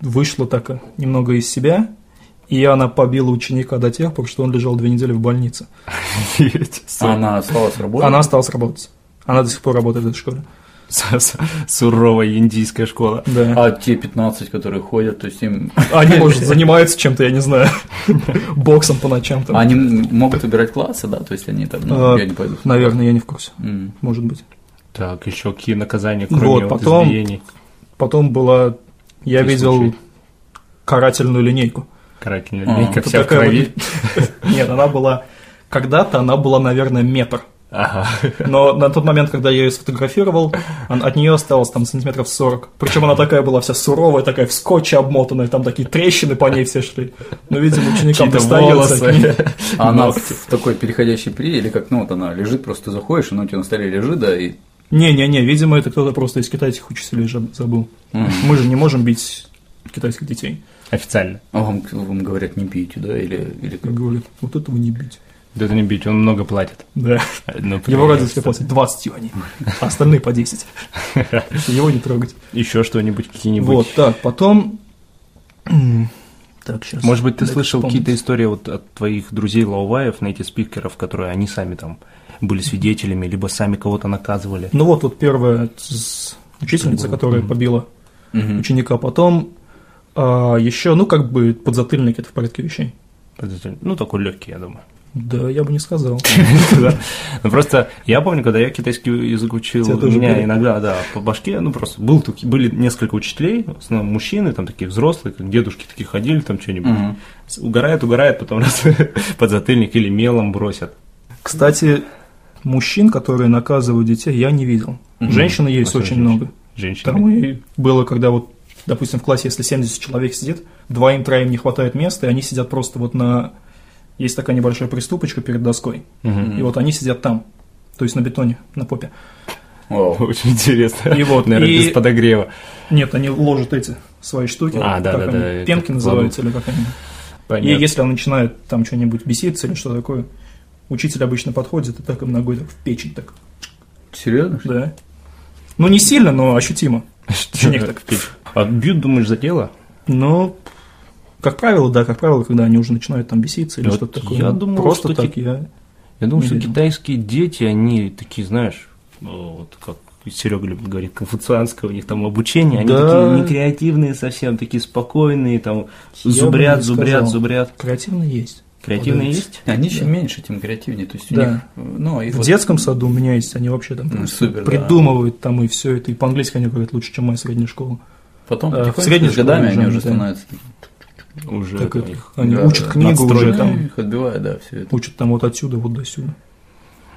вышла так немного из себя, и она побила ученика до тех пор, что он лежал две недели в больнице. А Она осталась работать? Она осталась работать. Она до сих пор работает в этой школе. С- с- Суровая индийская школа. Да. А те 15, которые ходят, то есть им... Они, может, занимаются чем-то, я не знаю, боксом по ночам там. Они м- могут выбирать классы, да? То есть они там, ну, А, я не пойду. Наверное, я не в курсе. М. Может быть. Так, еще какие наказания, Вот, кроме вот, потом- избиений? Потом была, я Есть видел случай. карательную линейку. Карательная А, линейка это вся в такая крови. Нет, она была, когда-то она была, наверное, метр. Ага. Но на тот момент, когда я ее сфотографировал, он- от нее осталось там сантиметров 40. Причем она такая была вся суровая, такая в скотче обмотанная, там такие трещины по ней все шли. Ну, видимо, ученикам Чьи-то достается. от нее. волосы. А она в Ногти. в такой переходящей при, или как, ну, вот она лежит, просто заходишь, она у тебя на столе лежит, да, и... Не-не-не, видимо, это кто-то просто из китайских учителей же забыл. Мы же не можем бить китайских детей. Официально. А вам, вам говорят, не пейте, да, или, или как? Как говорят, вот этого не бить. Да это не бить, он много платит. Да. Ну, Его привет. родители платят 20 юаней, а остальные по 10. Его не трогать. Еще что-нибудь, какие-нибудь. Вот так. Потом Так, сейчас. Может быть, ты слышал какие-то истории вот от твоих друзей лауваев, эти спикеров, которые они сами там были свидетелями, либо сами кого-то наказывали. Ну вот, вот первая с- учительница, которая побила ученика, потом еще, ну, как бы подзатыльник это в порядке вещей. Ну, такой легкий, я думаю. Да, я бы не сказал. Да. Ну, Просто я помню, когда я китайский язык учил, Тебя у тоже меня били? иногда, да, по башке, ну просто был, таки- были несколько учителей, в основном мужчины, там такие взрослые, как дедушки такие ходили, там что-нибудь. С- Угорает, угорает, потом раз подзатыльник или мелом бросят. Кстати, мужчин, которые наказывают детей, я не видел. Женщин есть Особенно очень женщин. много. А Женщины. Там и было, когда вот, допустим, в классе, если 70 человек сидит, двоим-троим не хватает места, и они сидят просто вот на... Есть такая небольшая приступочка перед доской. Мгм. И вот они сидят там, то есть на бетоне, на попе. Вау. Очень интересно. И вот, наверное, и- без подогрева. Нет, они ложат эти свои штуки. А, да, как да, они, да, это Пенки кладут. называются или как они. И если он начинает там что-нибудь беситься или что такое, учитель обычно подходит и так им ногой так в печень так. Серьезно? что ли? Да. Ну, не сильно, но ощутимо. Жених так. А бьют, думаешь, за дело? Но, как правило, да, как правило, когда они уже начинают там беситься или Вот что-то такое. я ну, думал, просто что так те- я. Я думаю, Не что видел. китайские дети, они такие, знаешь, э, вот как Серега любит говорить, конфуцианское у них там обучение, они Да. такие некреативные совсем, такие спокойные, там Я бы зубрят, не зубрят, сказал. зубрят. Креативно есть. Креативные Вот есть? Они чем меньше, тем креативнее. То есть у Да. них, э, ну, и В вот- детском саду у меня есть, они вообще там Ну, просто супер, да. придумывают там и все это. И по-английски они говорят лучше, чем моя средняя школа. Потом Э, потихоньку, в средней с годами школе они уже уже, да. становятся. Уже Так это у это, них. они да, учат да, книгу уже надстройка. там, Их отбивают, да, все это. учат там вот отсюда, вот до сюда.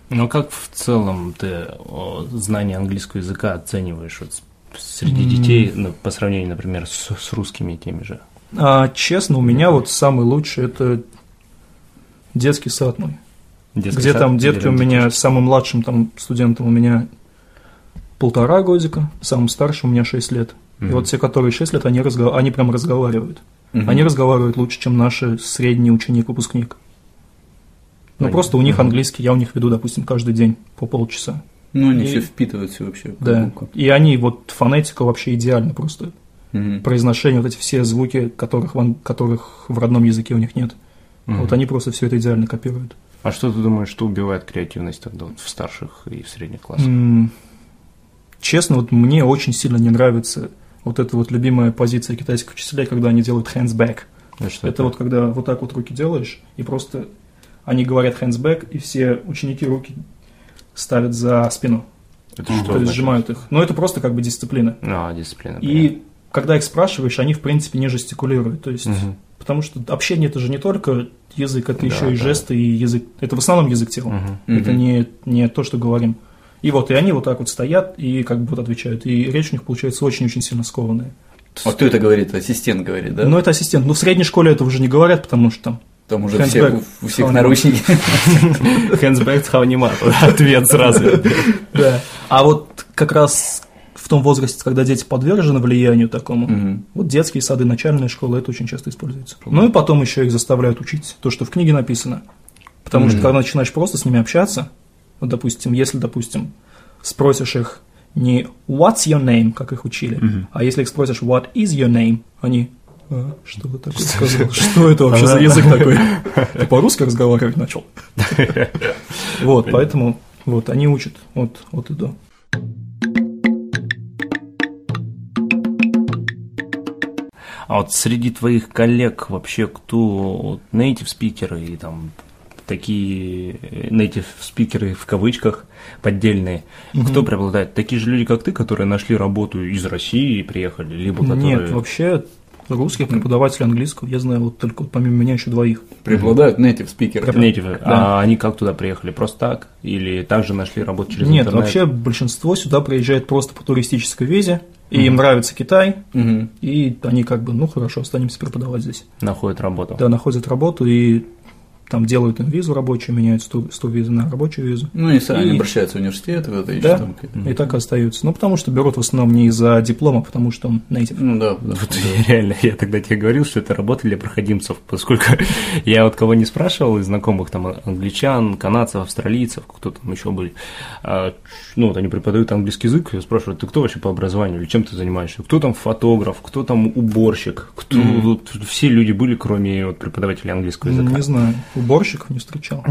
Ну как в целом ты о, знание английского языка оцениваешь вот с- среди детей ну, по сравнению, например, с, с русскими теми же? А, честно, у меня вот самый лучший это детский сад мой. Детский где сад там или детки у меня, самым младшим там студентом у меня полтора годика, самым старшим у меня 6 лет. И Мгм. вот те, которые 6 лет, они, разго- они прям разговаривают. Мгм. Они разговаривают лучше, чем наши средний ученик-выпускник. Ну, Понятно. просто у них английский, я у них веду, допустим, каждый день по полчаса. Ну, они И- все впитывают все вообще. Ну, как Да. губка. И они, вот фонетика вообще идеально просто. Мгм. Произношение, вот эти все звуки, которых в, ан- которых в родном языке у них нет. Мгм. Вот они просто все это идеально копируют. А что ты думаешь, что убивает креативность тогда вот в старших и в средних классах? М, Честно, вот мне очень сильно не нравится вот эта вот любимая позиция китайских учителей, когда они делают hands back. Ну, что это вот когда вот так вот руки делаешь, и просто они говорят hands back, и все ученики руки ставят за спину, Это Мгм. что? то есть значит? сжимают их. Но это просто как бы дисциплина. А, дисциплина. И когда их спрашиваешь, они в принципе не жестикулируют, то есть... понятно. Потому что общение это же не только язык, это Да, еще и да. жесты, и язык. Это в основном язык тела. Мгм. Это не, не то, что говорим. И вот, и они вот так вот стоят и как бы вот отвечают. И речь у них получается очень-очень сильно скованная. А кто это говорит? Ассистент говорит, да? Но это ассистент. Ну, в средней школе этого уже не говорят, потому что там... Там уже Hands все, back. у, у всех Hands back. наручники. Handsback с Хавнима. Ответ сразу. Да. А вот как раз в том возрасте, когда дети подвержены влиянию такому, Мгм. вот детские сады, начальные школы, это очень часто используется. Ну и потом еще их заставляют учить то, что в книге написано. Потому что когда начинаешь просто с ними общаться, вот, допустим, если, допустим, спросишь их не «What's your name?», как их учили, а если их спросишь «What is your name?», они «А, что ты такое сказал? Что это вообще за язык такой? Ты по-русски разговаривать начал? Вот, поэтому вот они учат от, от и до. А вот среди твоих коллег вообще кто вот, native спикеры и там такие э, native спикеры в кавычках поддельные, кто преобладает? Такие же люди, как ты, которые нашли работу из России и приехали, либо которые... Нет, вообще русских преподавателей английского я знаю вот только вот помимо меня еще двоих. Преобладают native спикеры. Native, а они как туда приехали? Просто так? Или также нашли работу через Нет, интернет? вообще большинство сюда приезжает просто по туристической визе, и им нравится Китай, Мгм. и они как бы, ну хорошо, останемся преподавать здесь. находят работу. Да, находят работу, и Там делают им визу рабочую, меняют с ту, с ту визу на рабочую визу. Ну, и сами И- обращаются в университет, вот это еще Да. там какие-то- И так и остаются. Ну, потому что берут в основном не из-за диплома, потому что он native. Ну да, да. Вот я реально, я тогда тебе говорил, что это работа для проходимцев, поскольку я вот кого не спрашивал из знакомых, там, англичан, канадцев, австралийцев, кто там еще были, а, ну, вот они преподают английский язык, я спрашиваю, ты кто вообще по образованию, или чем ты занимаешься, кто там фотограф, кто там уборщик, кто, вот все люди были, кроме вот преподавателя английского языка. Не знаю, уборщиков не встречал.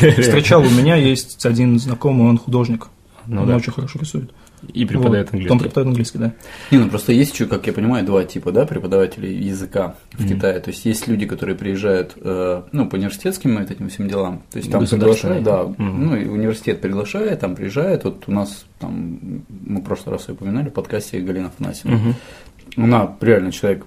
Встречал, у меня есть один знакомый, он художник. Ну он да. очень хорошо рисует. И преподает Вот. Он английский. преподает английский, да. Не, ну просто есть еще, как я понимаю, два типа, да, преподавателей языка в Китае. То есть есть люди, которые приезжают, э, ну, по университетским вот этим всем делам. То есть там Государственные. приглашают, да, Мгм. ну и университет приглашает, там приезжает. Вот у нас там мы в прошлый раз её упоминали в подкасте Галина Афанасьевна. Мгм. Ну, Она реально человек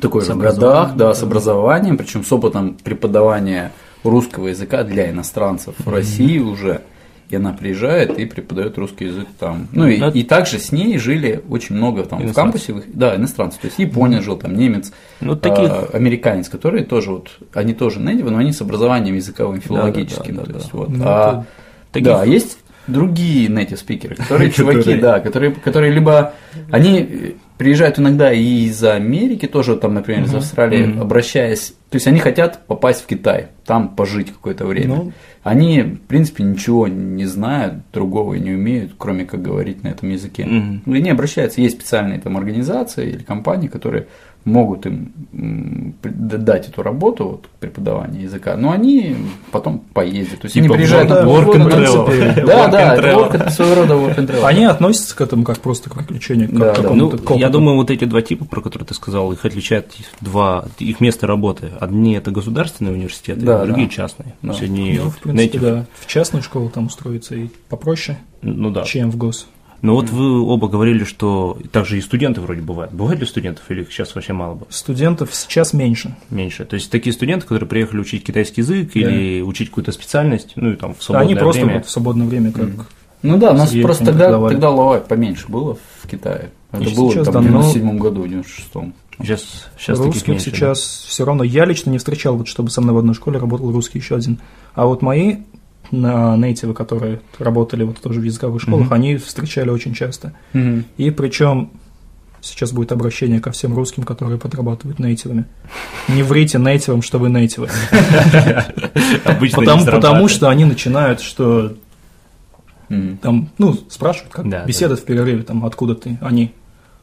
такой С же в образованием, годах, да, с образованием, причем с опытом преподавания русского языка для иностранцев в России уже. И она приезжает и преподает русский язык там. Ну и, Да. и также с ней жили очень много там в Иностранцев. кампусе, в их- да, иностранцев. То есть японец жил, там немец, Ну, таких- а, американец, которые тоже вот, они тоже нейдивы, но они с образованием языковым, филологическим. да, то да, есть да. вот. Ну, А это Таких- да, есть другие native спикеры, которые чуваки, Которые- да, которые, которые либо они э, приезжают иногда и из Америки тоже, там, например, из Австралии, обращаясь, то есть они хотят попасть в Китай, там пожить какое-то время. Ну. Они, в принципе, ничего не знают, другого и не умеют, кроме как говорить на этом языке. Мгм. И они обращаются, есть специальные там организации или компании, которые могут им м, при- д- дать эту работу, вот, преподавание языка, но они потом поездят. То есть Типа они приезжают work- на work полгода, там, and travel. типа, Work Да, да, and это travel. work and- своего рода work and travel. Они относятся к этому как просто к приключению, как Да, к да. Ну, какому-то к опыту. я думаю, вот эти два типа, про которые ты сказал, их отличает два, их место работы. Одни это государственные университеты, а Да, другие да. частные. Да. То есть они, Ну, в вот, принципе, native. да. В частную школу там устроиться и попроще, Ну да. чем в гос. Но вот вы оба говорили, что также и студенты вроде бывают. Бывают ли студентов или их сейчас вообще мало было? Студентов сейчас меньше. Меньше. То есть такие студенты, которые приехали учить китайский язык или учить какую-то специальность, ну и там в свободное Они просто время. вот в свободное время как... Ну да, у нас Сергей просто Ильин тогда, преподавали. тогда лавак поменьше было в Китае. Это Ну, было сейчас, там да, в но- 97 году, в 96-м. Сейчас, сейчас таких русских меньше. да? сейчас все равно. Я лично не встречал, вот чтобы со мной в одной школе работал русский еще один. А вот мои на нейтивы, которые работали вот тоже в языковых школах, они встречали очень часто. И причем сейчас будет обращение ко всем русским, которые подрабатывают нейтивами. Не врите нейтивам, что вы нейтивы. Обычно не Потому, потому срабатывает. что они начинают, что Мгм. там, ну, спрашивают, как Да, беседа в перерыве, там, откуда ты, они.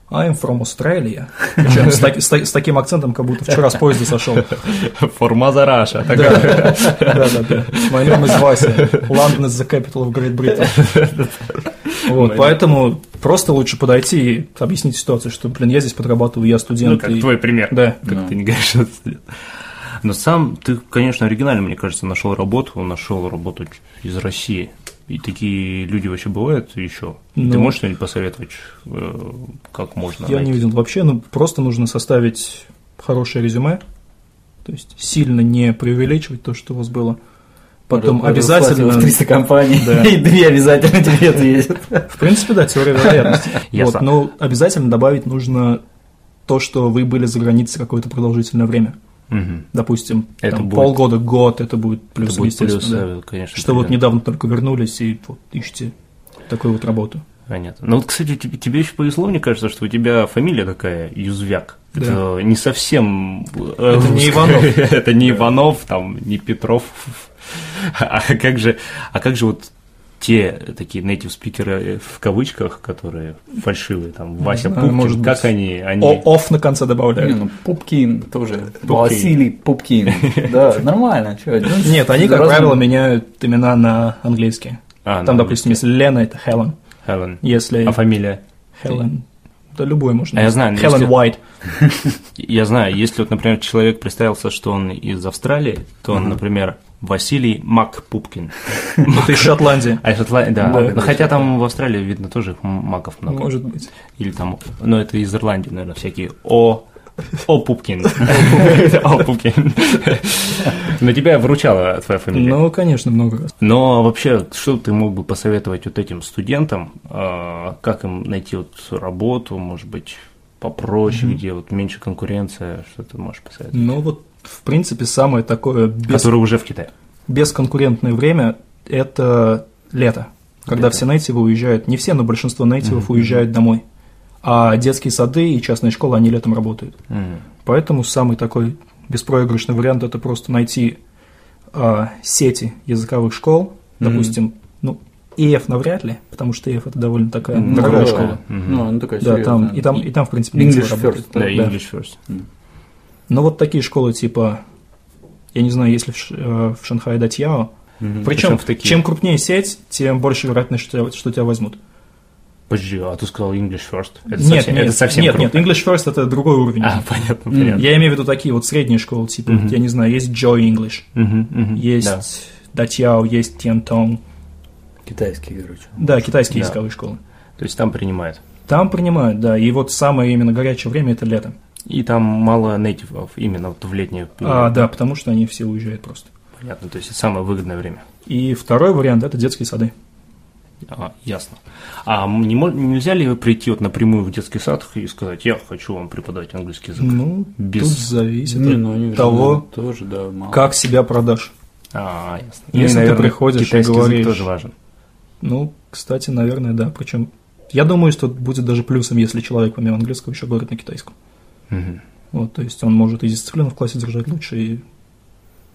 I'm from Australia. Причем с, таки- с та- с таким акцентом, как будто вчера с поезда сошел. Формаза Раша. Да, да, да. да. My name is Вася. London is the capital of Great Britain. Вот, поэтому просто лучше подойти и объяснить ситуацию, что, блин, я здесь подрабатываю, я Ну, студент. как и- твой пример. Да. Как ты не говоришь, что ты студент. Но сам ты, конечно, оригинально, мне кажется, нашел работу, нашел работу из России. И такие люди вообще бывают еще. ты Ну, можешь что-нибудь посоветовать, э, как можно? Я не найти? видел вообще, ну, просто нужно составить хорошее резюме, то есть сильно не преувеличивать то, что у вас было. Потом Р- обязательно... расплатилось 300 компаний, Да. и две обязательно тебе ответят. В принципе, да, теория вероятности. Вот, Ясно. но обязательно добавить нужно то, что вы были за границей какое-то продолжительное время. Мгм. Допустим, Это там будет- полгода, год, это будет плюс, Это будет плюс, естественно, да. э, конечно. Что вот определенно. недавно только вернулись и вот ищете такую вот работу. Понятно. Ну вот, кстати, тебе, тебе еще повезло, мне кажется, что у тебя фамилия такая, Юзвяк. Да. Это не совсем... э, Это не Иванов. Это не Иванов, там, не Петров. А как же, а как же вот те такие native спикеры э, в кавычках, которые фальшивые, там, Вася знаю, Пупкин, А, может как быть. они? они... О, оф на конце Не, добавляют. ну Пупкин тоже. Василий Пупкин. Да, нормально, чё. ну, Нет, они, как разные- правило, меняют имена на английские. А, Там, на допустим, если Лена, это Хелен. Helen. Если А фамилия? Хелен... Да любой можно. А я знаю, но Хелен если- Уайт. Я знаю, если вот, например, человек представился, что он из Австралии, то он, например, Василий Мак Пупкин. Это из Шотландии. А из Шотландии, да. Да. Ну, хотя там в Австралии, видно, тоже их м- маков много. Может быть. Или там, ну, это из Ирландии, наверное, всякие О... О, Пупкин. О, Пупкин. Но тебя выручала твоя фамилия. Ну, конечно, много раз. Но вообще, что ты мог бы посоветовать вот этим студентам, а, как им найти вот работу, может быть, попроще, где вот меньше конкуренция, что ты можешь посоветовать? Ну, вот в принципе, самое такое без, который уже в Китае. бесконкурентное время – это лето, когда все нейтивы уезжают, не все, но большинство нейтивов уезжают домой, а детские сады и частные школы, они летом работают. Поэтому самый такой беспроигрышный вариант – это просто найти а, сети языковых школ, допустим, ну, ЕФ навряд ли, потому что ЕФ – это довольно такая Такое, дорогая школа. Ну, она такая Да, там, серьезная. и, там, и там, в принципе, нейтивы English работают. first. Да, да. English first. Но вот такие школы типа, я не знаю, если в, Ш- э, в Шанхае Датьяо. Причем Причем в такие. чем крупнее сеть, тем больше вероятность, что, тебя- что тебя возьмут. Подожди, а ты сказал English first? Это нет, совсем, нет, это совсем нет, круто. нет, English First это другой уровень. А, понятно, понятно. Я имею в виду такие вот средние школы, типа, вот, я не знаю, есть Joy English, есть Датьяо, есть Тиантонг. Китайский, короче. Да, китайские Да. языковые школы. То есть там принимают. Там принимают, да, и вот самое именно горячее время – это лето. И там мало нейтивов именно вот в летнюю А, да, потому что они все уезжают просто. Понятно, то есть это самое выгодное время. И второй вариант – это детские сады. А, ясно. А м- не, мо- нельзя ли прийти вот напрямую в детский сад и сказать, я хочу вам преподавать английский язык? Ну, Без- тут зависит Не, от ну, они же, того, наверное, тоже, да, мало. как себя продашь. А, ясно. Если ты приходишь и китайский говоришь- язык тоже важен. Ну, кстати, наверное, да. Причем я думаю, что будет даже плюсом, если человек помимо английского еще говорит на китайском. Вот, то есть он может и дисциплину в классе держать лучше и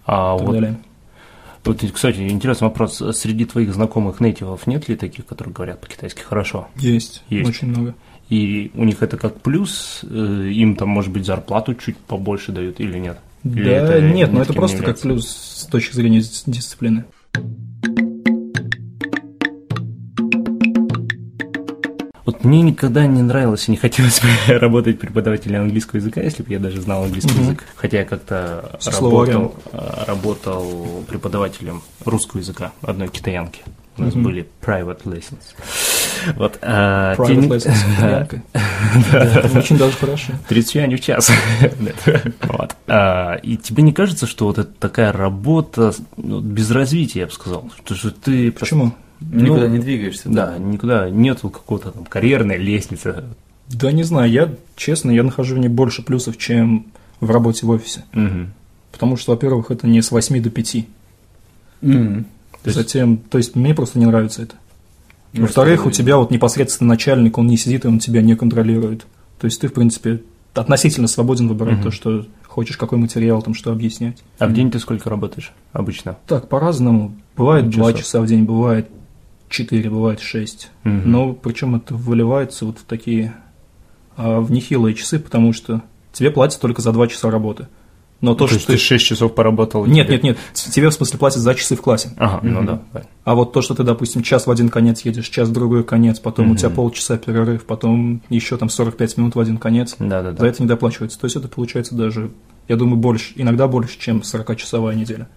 А так вот, далее. вот, кстати, интересный вопрос. Среди твоих знакомых нейтивов нет ли таких, которые говорят по-китайски хорошо? Есть, Есть. очень много. И у них это как плюс, э, им там, может быть, зарплату чуть побольше дают или нет? Или да, это нет, но ни с это кем не просто как является? плюс с точки зрения дис- дисциплины. Вот мне никогда не нравилось и не хотелось бы работать преподавателем английского языка, если бы я даже знал английский язык. Хотя я как-то Со словарем. работал, э, работал преподавателем русского языка одной китаянки. У нас были private lessons. Вот, а, те Private не- lessons, Янка. Да, Очень даже хорошо. 30 юаней в час. Нет. Вот. А, И тебе не кажется, что вот это такая работа ну, без развития, я бы сказал? Что, что ты... Почему? Никуда Ну, не двигаешься. Да, никуда нету какого-то там карьерной лестницы. Да не знаю, я, честно, я нахожу в ней больше плюсов, чем в работе в офисе. Мгм. Потому что, во-первых, это не с 8 до 5. Мгм. То есть- Ну, Затем, то есть мне просто не нравится это. Во-вторых, у тебя вот непосредственно начальник, он не сидит и он тебя не контролирует. То есть ты, в принципе, относительно свободен выбирать то, что хочешь, какой материал, там, что объяснять. А в день ты сколько работаешь обычно? Так, по-разному. Бывает Ну, 2 часов. часа в день, бывает 4, бывает 6. Но причем это выливается вот в такие а, в нехилые часы, потому что тебе платят только за 2 часа работы. Но Ну, то, что ты... 6 часов поработал? Нет, нет, нет, тебе в смысле платят за часы в классе. Ага, ну да. понятно. А вот то, что ты, допустим, час в один конец едешь, час в другой конец, потом у тебя полчаса перерыв, потом еще там 45 минут в один конец, Да-да-да. за это не доплачивается. То есть это получается даже, я думаю, больше, иногда больше, чем 40-часовая неделя.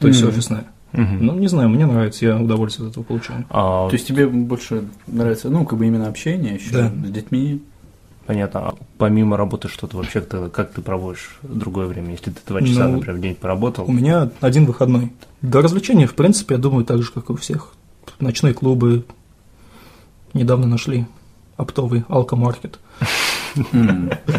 То есть офисная. Ну, не знаю, мне нравится, я удовольствие от этого получаю. А, То есть тебе больше нравится, ну, как бы именно общение еще Да. с детьми. понятно. А помимо работы, что ты вообще тогда- как ты проводишь другое время? Если ты 2 часа, Ну, например, в день поработал, У меня один выходной. До развлечения, в принципе, я думаю, так же, как и у всех. Ночные клубы недавно нашли оптовый алкомаркет.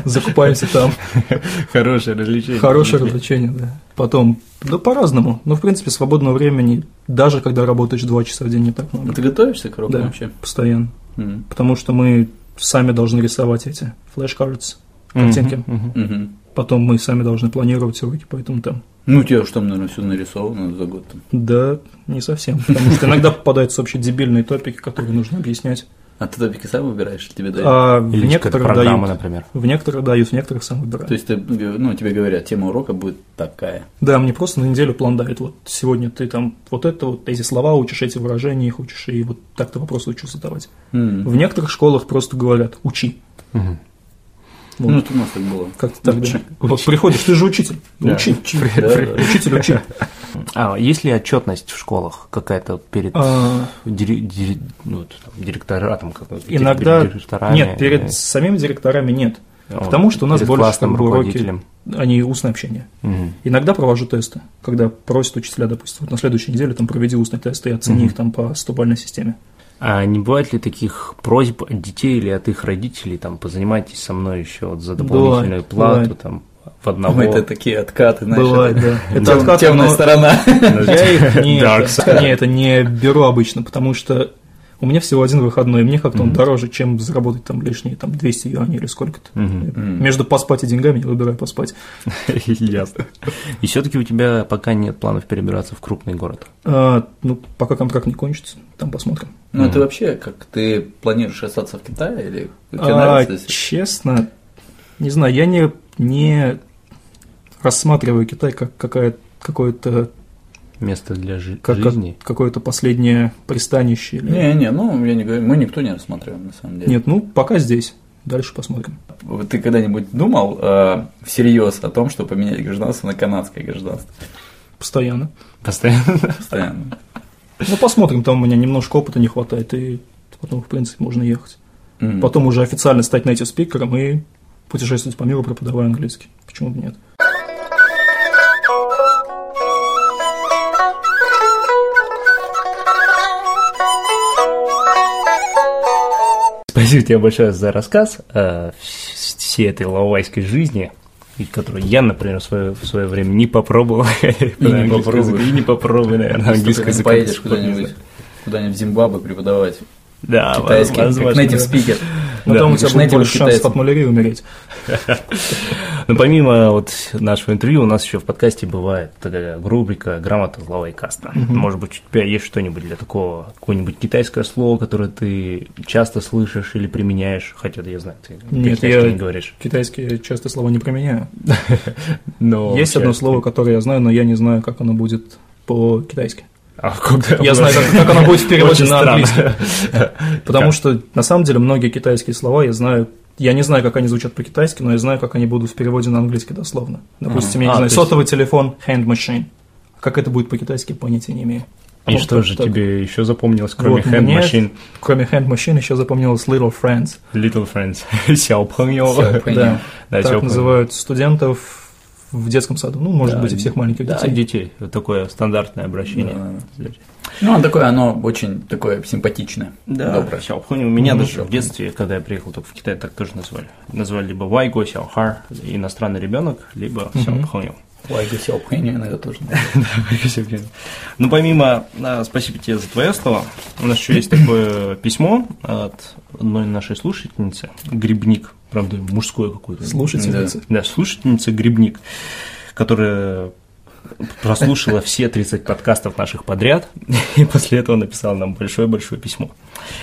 Закупаемся там. хорошее развлечение. Хорошее развлечение, да. Потом, да по-разному. Но, в принципе, свободного времени, даже когда работаешь два часа в день, не так Ну, много. Ты готовишься к уроку Да, вообще? постоянно. Мгм. Потому что мы сами должны рисовать эти флеш-кардс, картинки. Мгм. Потом мы сами должны планировать уроки, поэтому там. Ну, у тебя же там, наверное, все нарисовано за год. там. Да, не совсем. Потому что иногда попадаются вообще дебильные топики, которые нужно объяснять. А ты топики сам выбираешь, тебе дают? А в Или какая-то некоторых программа, дают. например. В некоторых дают, в некоторых сам выбирают. То есть, ты, ну, тебе говорят, тема урока будет такая. Да, мне просто на неделю план дают. Вот сегодня ты там вот это вот, эти слова учишь, эти выражения их учишь, и вот так-то вопросы учишь задавать. Мгм. В некоторых школах просто говорят «учи». Вот. Ну, это у нас так было. Как-то так, да. Учи. Вот приходишь, ты же учитель. Да. Учи. Да, да. Учитель, учи. А есть ли отчетность в школах какая-то перед А, дире- дире- ну, вот, там, директоратом? как вот, перед Иногда... директорами, Нет, э, перед самими директорами нет. вот, Потому что у нас перед больше классным как бы, уроки, руководителем. они устное общение. Мгм. Иногда провожу тесты, когда просят учителя, допустим, вот на следующей неделе там проведи устные тесты и оцени их там по ступальной системе. А не бывает ли таких просьб от детей или от их родителей, там, позанимайтесь со мной еще вот за дополнительную Бывает, плату, бывает. там, в одного. А это такие откаты, знаешь. Бывает, это- да. Тем- откат, темная но- сторона. Я их не, Dark это, не, это не беру обычно, потому что у меня всего один выходной, и мне как-то он дороже, чем заработать там лишние там 200 юаней или сколько-то. Между поспать и деньгами я выбираю поспать. Ясно. И все-таки у тебя пока нет планов перебираться в крупный город. А, ну, пока контракт не кончится, там посмотрим. Ну, это вообще как ты планируешь остаться в Китае или тебе А, нравится здесь? честно, не знаю, я не, не рассматриваю Китай как какая- какое-то Место для жи- как, как- жизни. какое-то последнее пристанище. или- Не, не, ну я не говорю, мы никто не рассматриваем на самом деле. Нет, ну пока здесь. Дальше посмотрим. Вот Ты когда-нибудь думал э, всерьез о том, что поменять гражданство на канадское гражданство? Постоянно. Постоянно. Постоянно. Ну, посмотрим, там у меня немножко опыта не хватает, и потом, в принципе, можно ехать. М. Потом уже официально стать native спикером и путешествовать по миру, преподавая английский. Почему бы нет? Спасибо тебе большое за рассказ э, вс- всей этой лавайской жизни, и которую я, например, в свое, в свое время не попробовал. Английского языка, попробуешь. И не попробую, наверное, Просто английский когда язык. поедешь абсолютно не куда-нибудь, знаю. куда-нибудь в Зимбабве преподавать Да, китайский, как А, возможно, native да. speaker. Но Да, там у ты тебя же будет native больше шансов китайцем. от малярии умереть. Но Ну, помимо вот нашего интервью, у нас еще в подкасте бывает такая рубрика «Грамота злого и каста». Может быть, у тебя есть что-нибудь для такого, какое-нибудь китайское слово, которое ты часто слышишь или применяешь, хотя я знаю, ты Нет, по-китайски я- не говоришь. Китайские часто слова не применяю. Но Есть одно слово, которое я знаю, но я не знаю, как оно будет по-китайски. а Я знаю, как, как оно будет в переводе на английский. Потому что, на самом деле, многие китайские слова я знаю я не знаю, как они звучат по-китайски, но я знаю, как они будут в переводе на английский дословно. Допустим, я не А, знаю, то есть- сотовый телефон, hand machine. Как это будет по-китайски, понятия не имею. И Ну, что как же так. тебе еще запомнилось, кроме Вот Hand мне, Machine, Кроме hand machine еще запомнилось little friends. Little Friends, Сяо Пхэньо? Понятно. Да. Да, так Сяо Пхэньо. называют студентов в детском саду. Ну, может Да, быть, и всех маленьких Да, детей. детей. Вот такое стандартное обращение. Ну, оно такое, оно очень такое симпатичное. Да, Ну, доброе. сяопхунь. У меня даже в детстве, когда я приехал только в Китай, так тоже назвали. Назвали либо вайго, сяохар, иностранный ребенок, либо сяопхунь. Ой, я сел, я не знаю, тоже. Ну, помимо, а, спасибо тебе за твое слово, у нас еще есть такое письмо от одной нашей слушательницы, Грибник, правда, мужское какое-то. Слушательница. Да, слушательница Грибник, которая прослушала все 30 подкастов наших подряд, и после этого написала нам большое-большое письмо.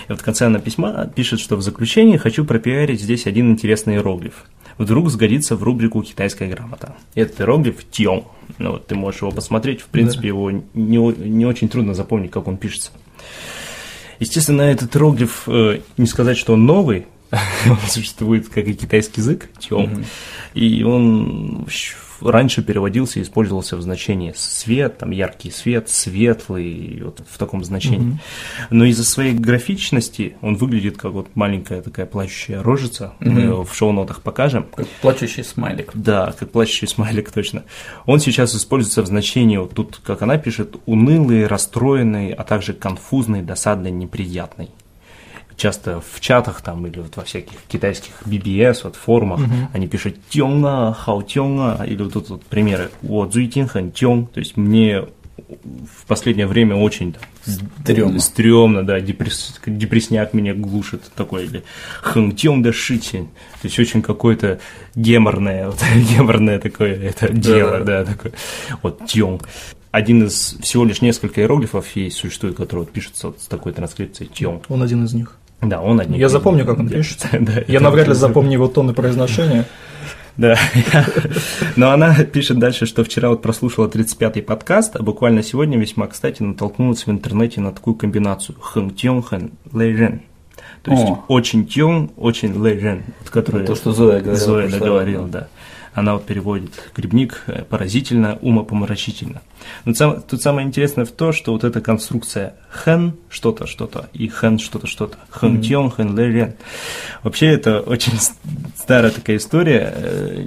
И вот в конце она письма пишет, что в заключении хочу пропиарить здесь один интересный иероглиф. Вдруг сгодится в рубрику «Китайская грамота». Этот иероглиф «тьон». Ну, вот ты можешь его посмотреть, в принципе, его не, о- не очень трудно запомнить, как он пишется. Естественно, этот иероглиф, э, не сказать, что он новый, он существует как и китайский язык, тьом, и он щ- раньше переводился и использовался в значении свет, там яркий свет, светлый, вот в таком значении. Но из-за своей графичности он выглядит как вот маленькая такая плачущая рожица, мы его в шоу-нотах покажем, Как плачущий смайлик. да, как плачущий смайлик, точно. Он сейчас используется в значении, вот тут, как она пишет, унылый, расстроенный, а также конфузный, досадный, неприятный. Часто в чатах там или вот во всяких китайских BBS, вот форумах, они пишут тёнга, хау тёнга, или вот тут вот примеры. Вот хэн тёнг», то есть мне в последнее время очень там, Трёма. Стрёмно, да, депресс- депрессняк меня глушит такой, или хэнтём да шитин. То есть очень какое-то геморное, вот, геморное такое это дело, да, такое, вот тём. Один из всего лишь несколько иероглифов есть, существует, который вот пишется вот с такой транскрипцией тём. Он один из них. Да, он один. Я запомню, как он пишется. Да, Я Ну, это навряд ли очень здорово. запомню его тон и произношение. Да. Но она пишет дальше, что вчера вот прослушала 35-й подкаст, а буквально сегодня весьма кстати натолкнулась в интернете на такую комбинацию хэн тён хэн лэй рен. То есть О. очень тён, очень лэй рен. Вот который То, что Зоя говорила в Зоя прошлый да, раз, говорила, да. Она вот переводит грибник э, поразительно, умопомрачительно. Но сам- тут самое интересное в то, что вот эта конструкция хэн что-то что-то и хэн что-то что-то. Хэн тён, хэн лэ рен. Вообще это очень с- старая такая история. Э,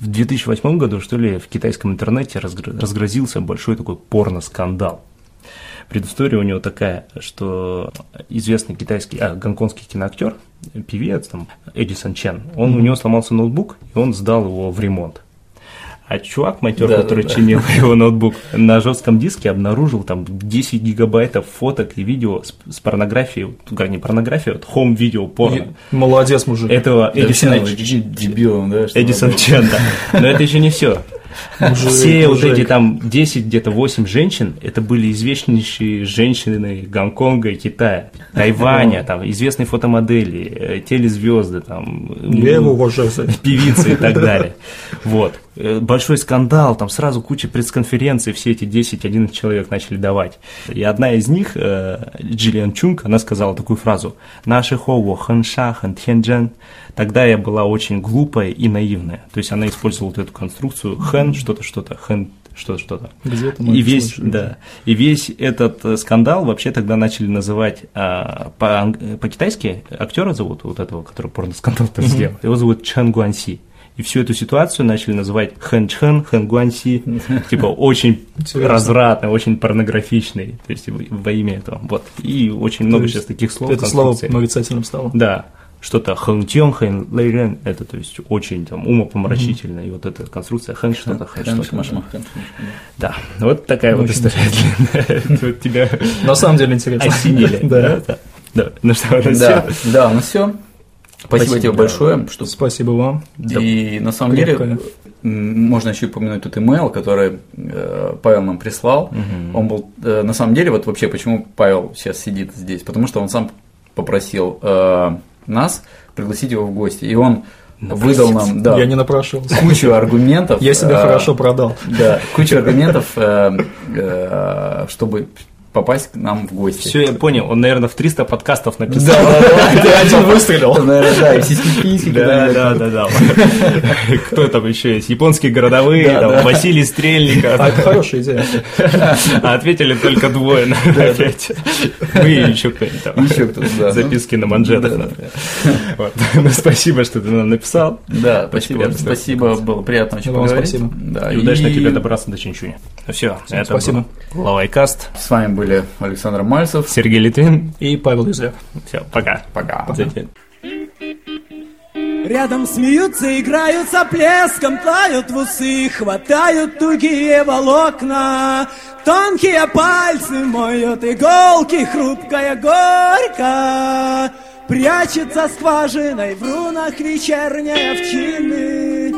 В 2008 году, что ли, в китайском интернете разгр- разгрозился большой такой порно-скандал. Предыстория у него такая, что известный китайский, а, гонконгский киноактер, певец там, Эдисон Чен, он, у него сломался ноутбук, и он сдал его в ремонт. А чувак, матер, Да, да, который да. чинил его ноутбук, на жестком диске обнаружил там 10 гигабайтов фоток и видео с, с порнографией, ну, не порнографией, вот хом-видео порно. Молодец, ну, мужик. Этого Да Эдисона все Ч- начали дебилом, да? что Эдисон Чен, да. Но это еще не все. Мужик, Все вот мужик. эти там 10, где-то 8 женщин, это были известнейшие женщины Гонконга и Китая, Тайваня, там известные фотомодели, э, телезвезды, там э, Я его уважаю за это. певицы и так далее. Вот. Э, Большой скандал, там сразу куча пресс-конференций, все эти 10-11 человек начали давать. И одна из них, э, Джиллиан Чунг, она сказала такую фразу «Наши хово хэнша хэн тяньчжэн». Тогда я была очень глупая и наивная. То есть она использовала вот эту конструкцию «хэн» что-то что-то, «хэн» что-то что-то. Где это мы И это весь, слышали? да, и весь этот э, скандал вообще тогда начали называть а, по- по-китайски актера зовут вот этого, который порно-скандал то сделал. Его зовут Чен Гуанси. И всю эту ситуацию начали называть Хэн Чен, Хэн Гуанси, типа очень Интересно. развратный, очень порнографичный, то есть во- во имя этого. Вот. И очень много есть сейчас таких слов. Это слово конструкций. нарицательным стало. Да. Что-то хэн тьон, хэн лэйрэн, это то есть очень там умопомрачительно, и вот эта конструкция хэн что-то, хэн Хэн, что-то. шмаш, мах, хэн, шмаш. Да, вот такая вот история длинная. Тут тебя На самом деле интересно. осенили. Да. да. Да, ну что, это Да, всё? да, ну все. Спасибо Спасибо, тебе да. большое, что Спасибо вам. И на самом Крепкая. деле м, можно еще упомянуть тот имейл, который э, Павел нам прислал. Он был э, на самом деле вот вообще почему Павел сейчас сидит здесь, потому что он сам попросил э, нас пригласить его в гости, и он выдал нам да, Ну, Я не напрашивался. кучу аргументов. Я себя э, А. хорошо продал. Да, кучу аргументов, э, э, чтобы попасть к нам в гости. Все, я понял, он, наверное, в 300 подкастов Да, написал. да, да, Ты один выстрелил. да, наверное, да, и сиськи-письки, Да, да, да, да. Кто там еще есть? Японские городовые, Да, там, да. Василий А это Стрельников. хорошая идея. А ответили только двое на опять. Мы и еще кто-нибудь там. Еще кто-то, да. Записки на манжетах. Да, да. например. Вот. Ну, спасибо, что ты нам написал. Да, Очень спасибо. приятно. Спасибо, было приятно очень Да, вам поговорить. спасибо. Да, И удачно и тебе добраться до Чинчуня. Ну все, это спасибо. был Лавайкаст. С вами были Александр Мальцев. Сергей Литвин. И Павел Изляк. Все, пока. Пока. Рядом смеются, играются плеском, тают в усы, хватают тугие волокна. Тонкие пальцы моют иголки, хрупкая горько. Прячется скважиной в рунах вечерней овчины.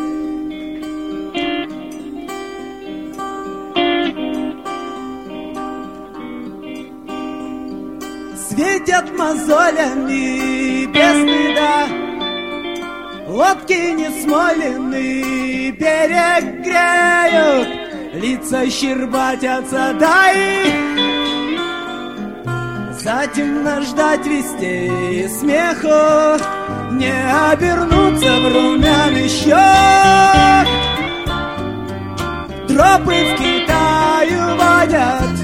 Светят мозолями без стыда Лодки не смолены берег греют, Лица щербатятся, да и Затемно ждать вестей и смеху Не обернуться в румяный щек Тропы в Китаю водят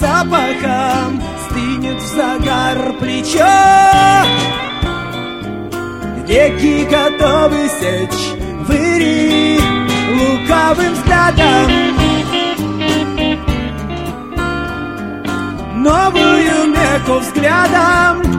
запахом Стынет в загар плечо Реки готовы сечь выри лукавым взглядом Новую веку взглядом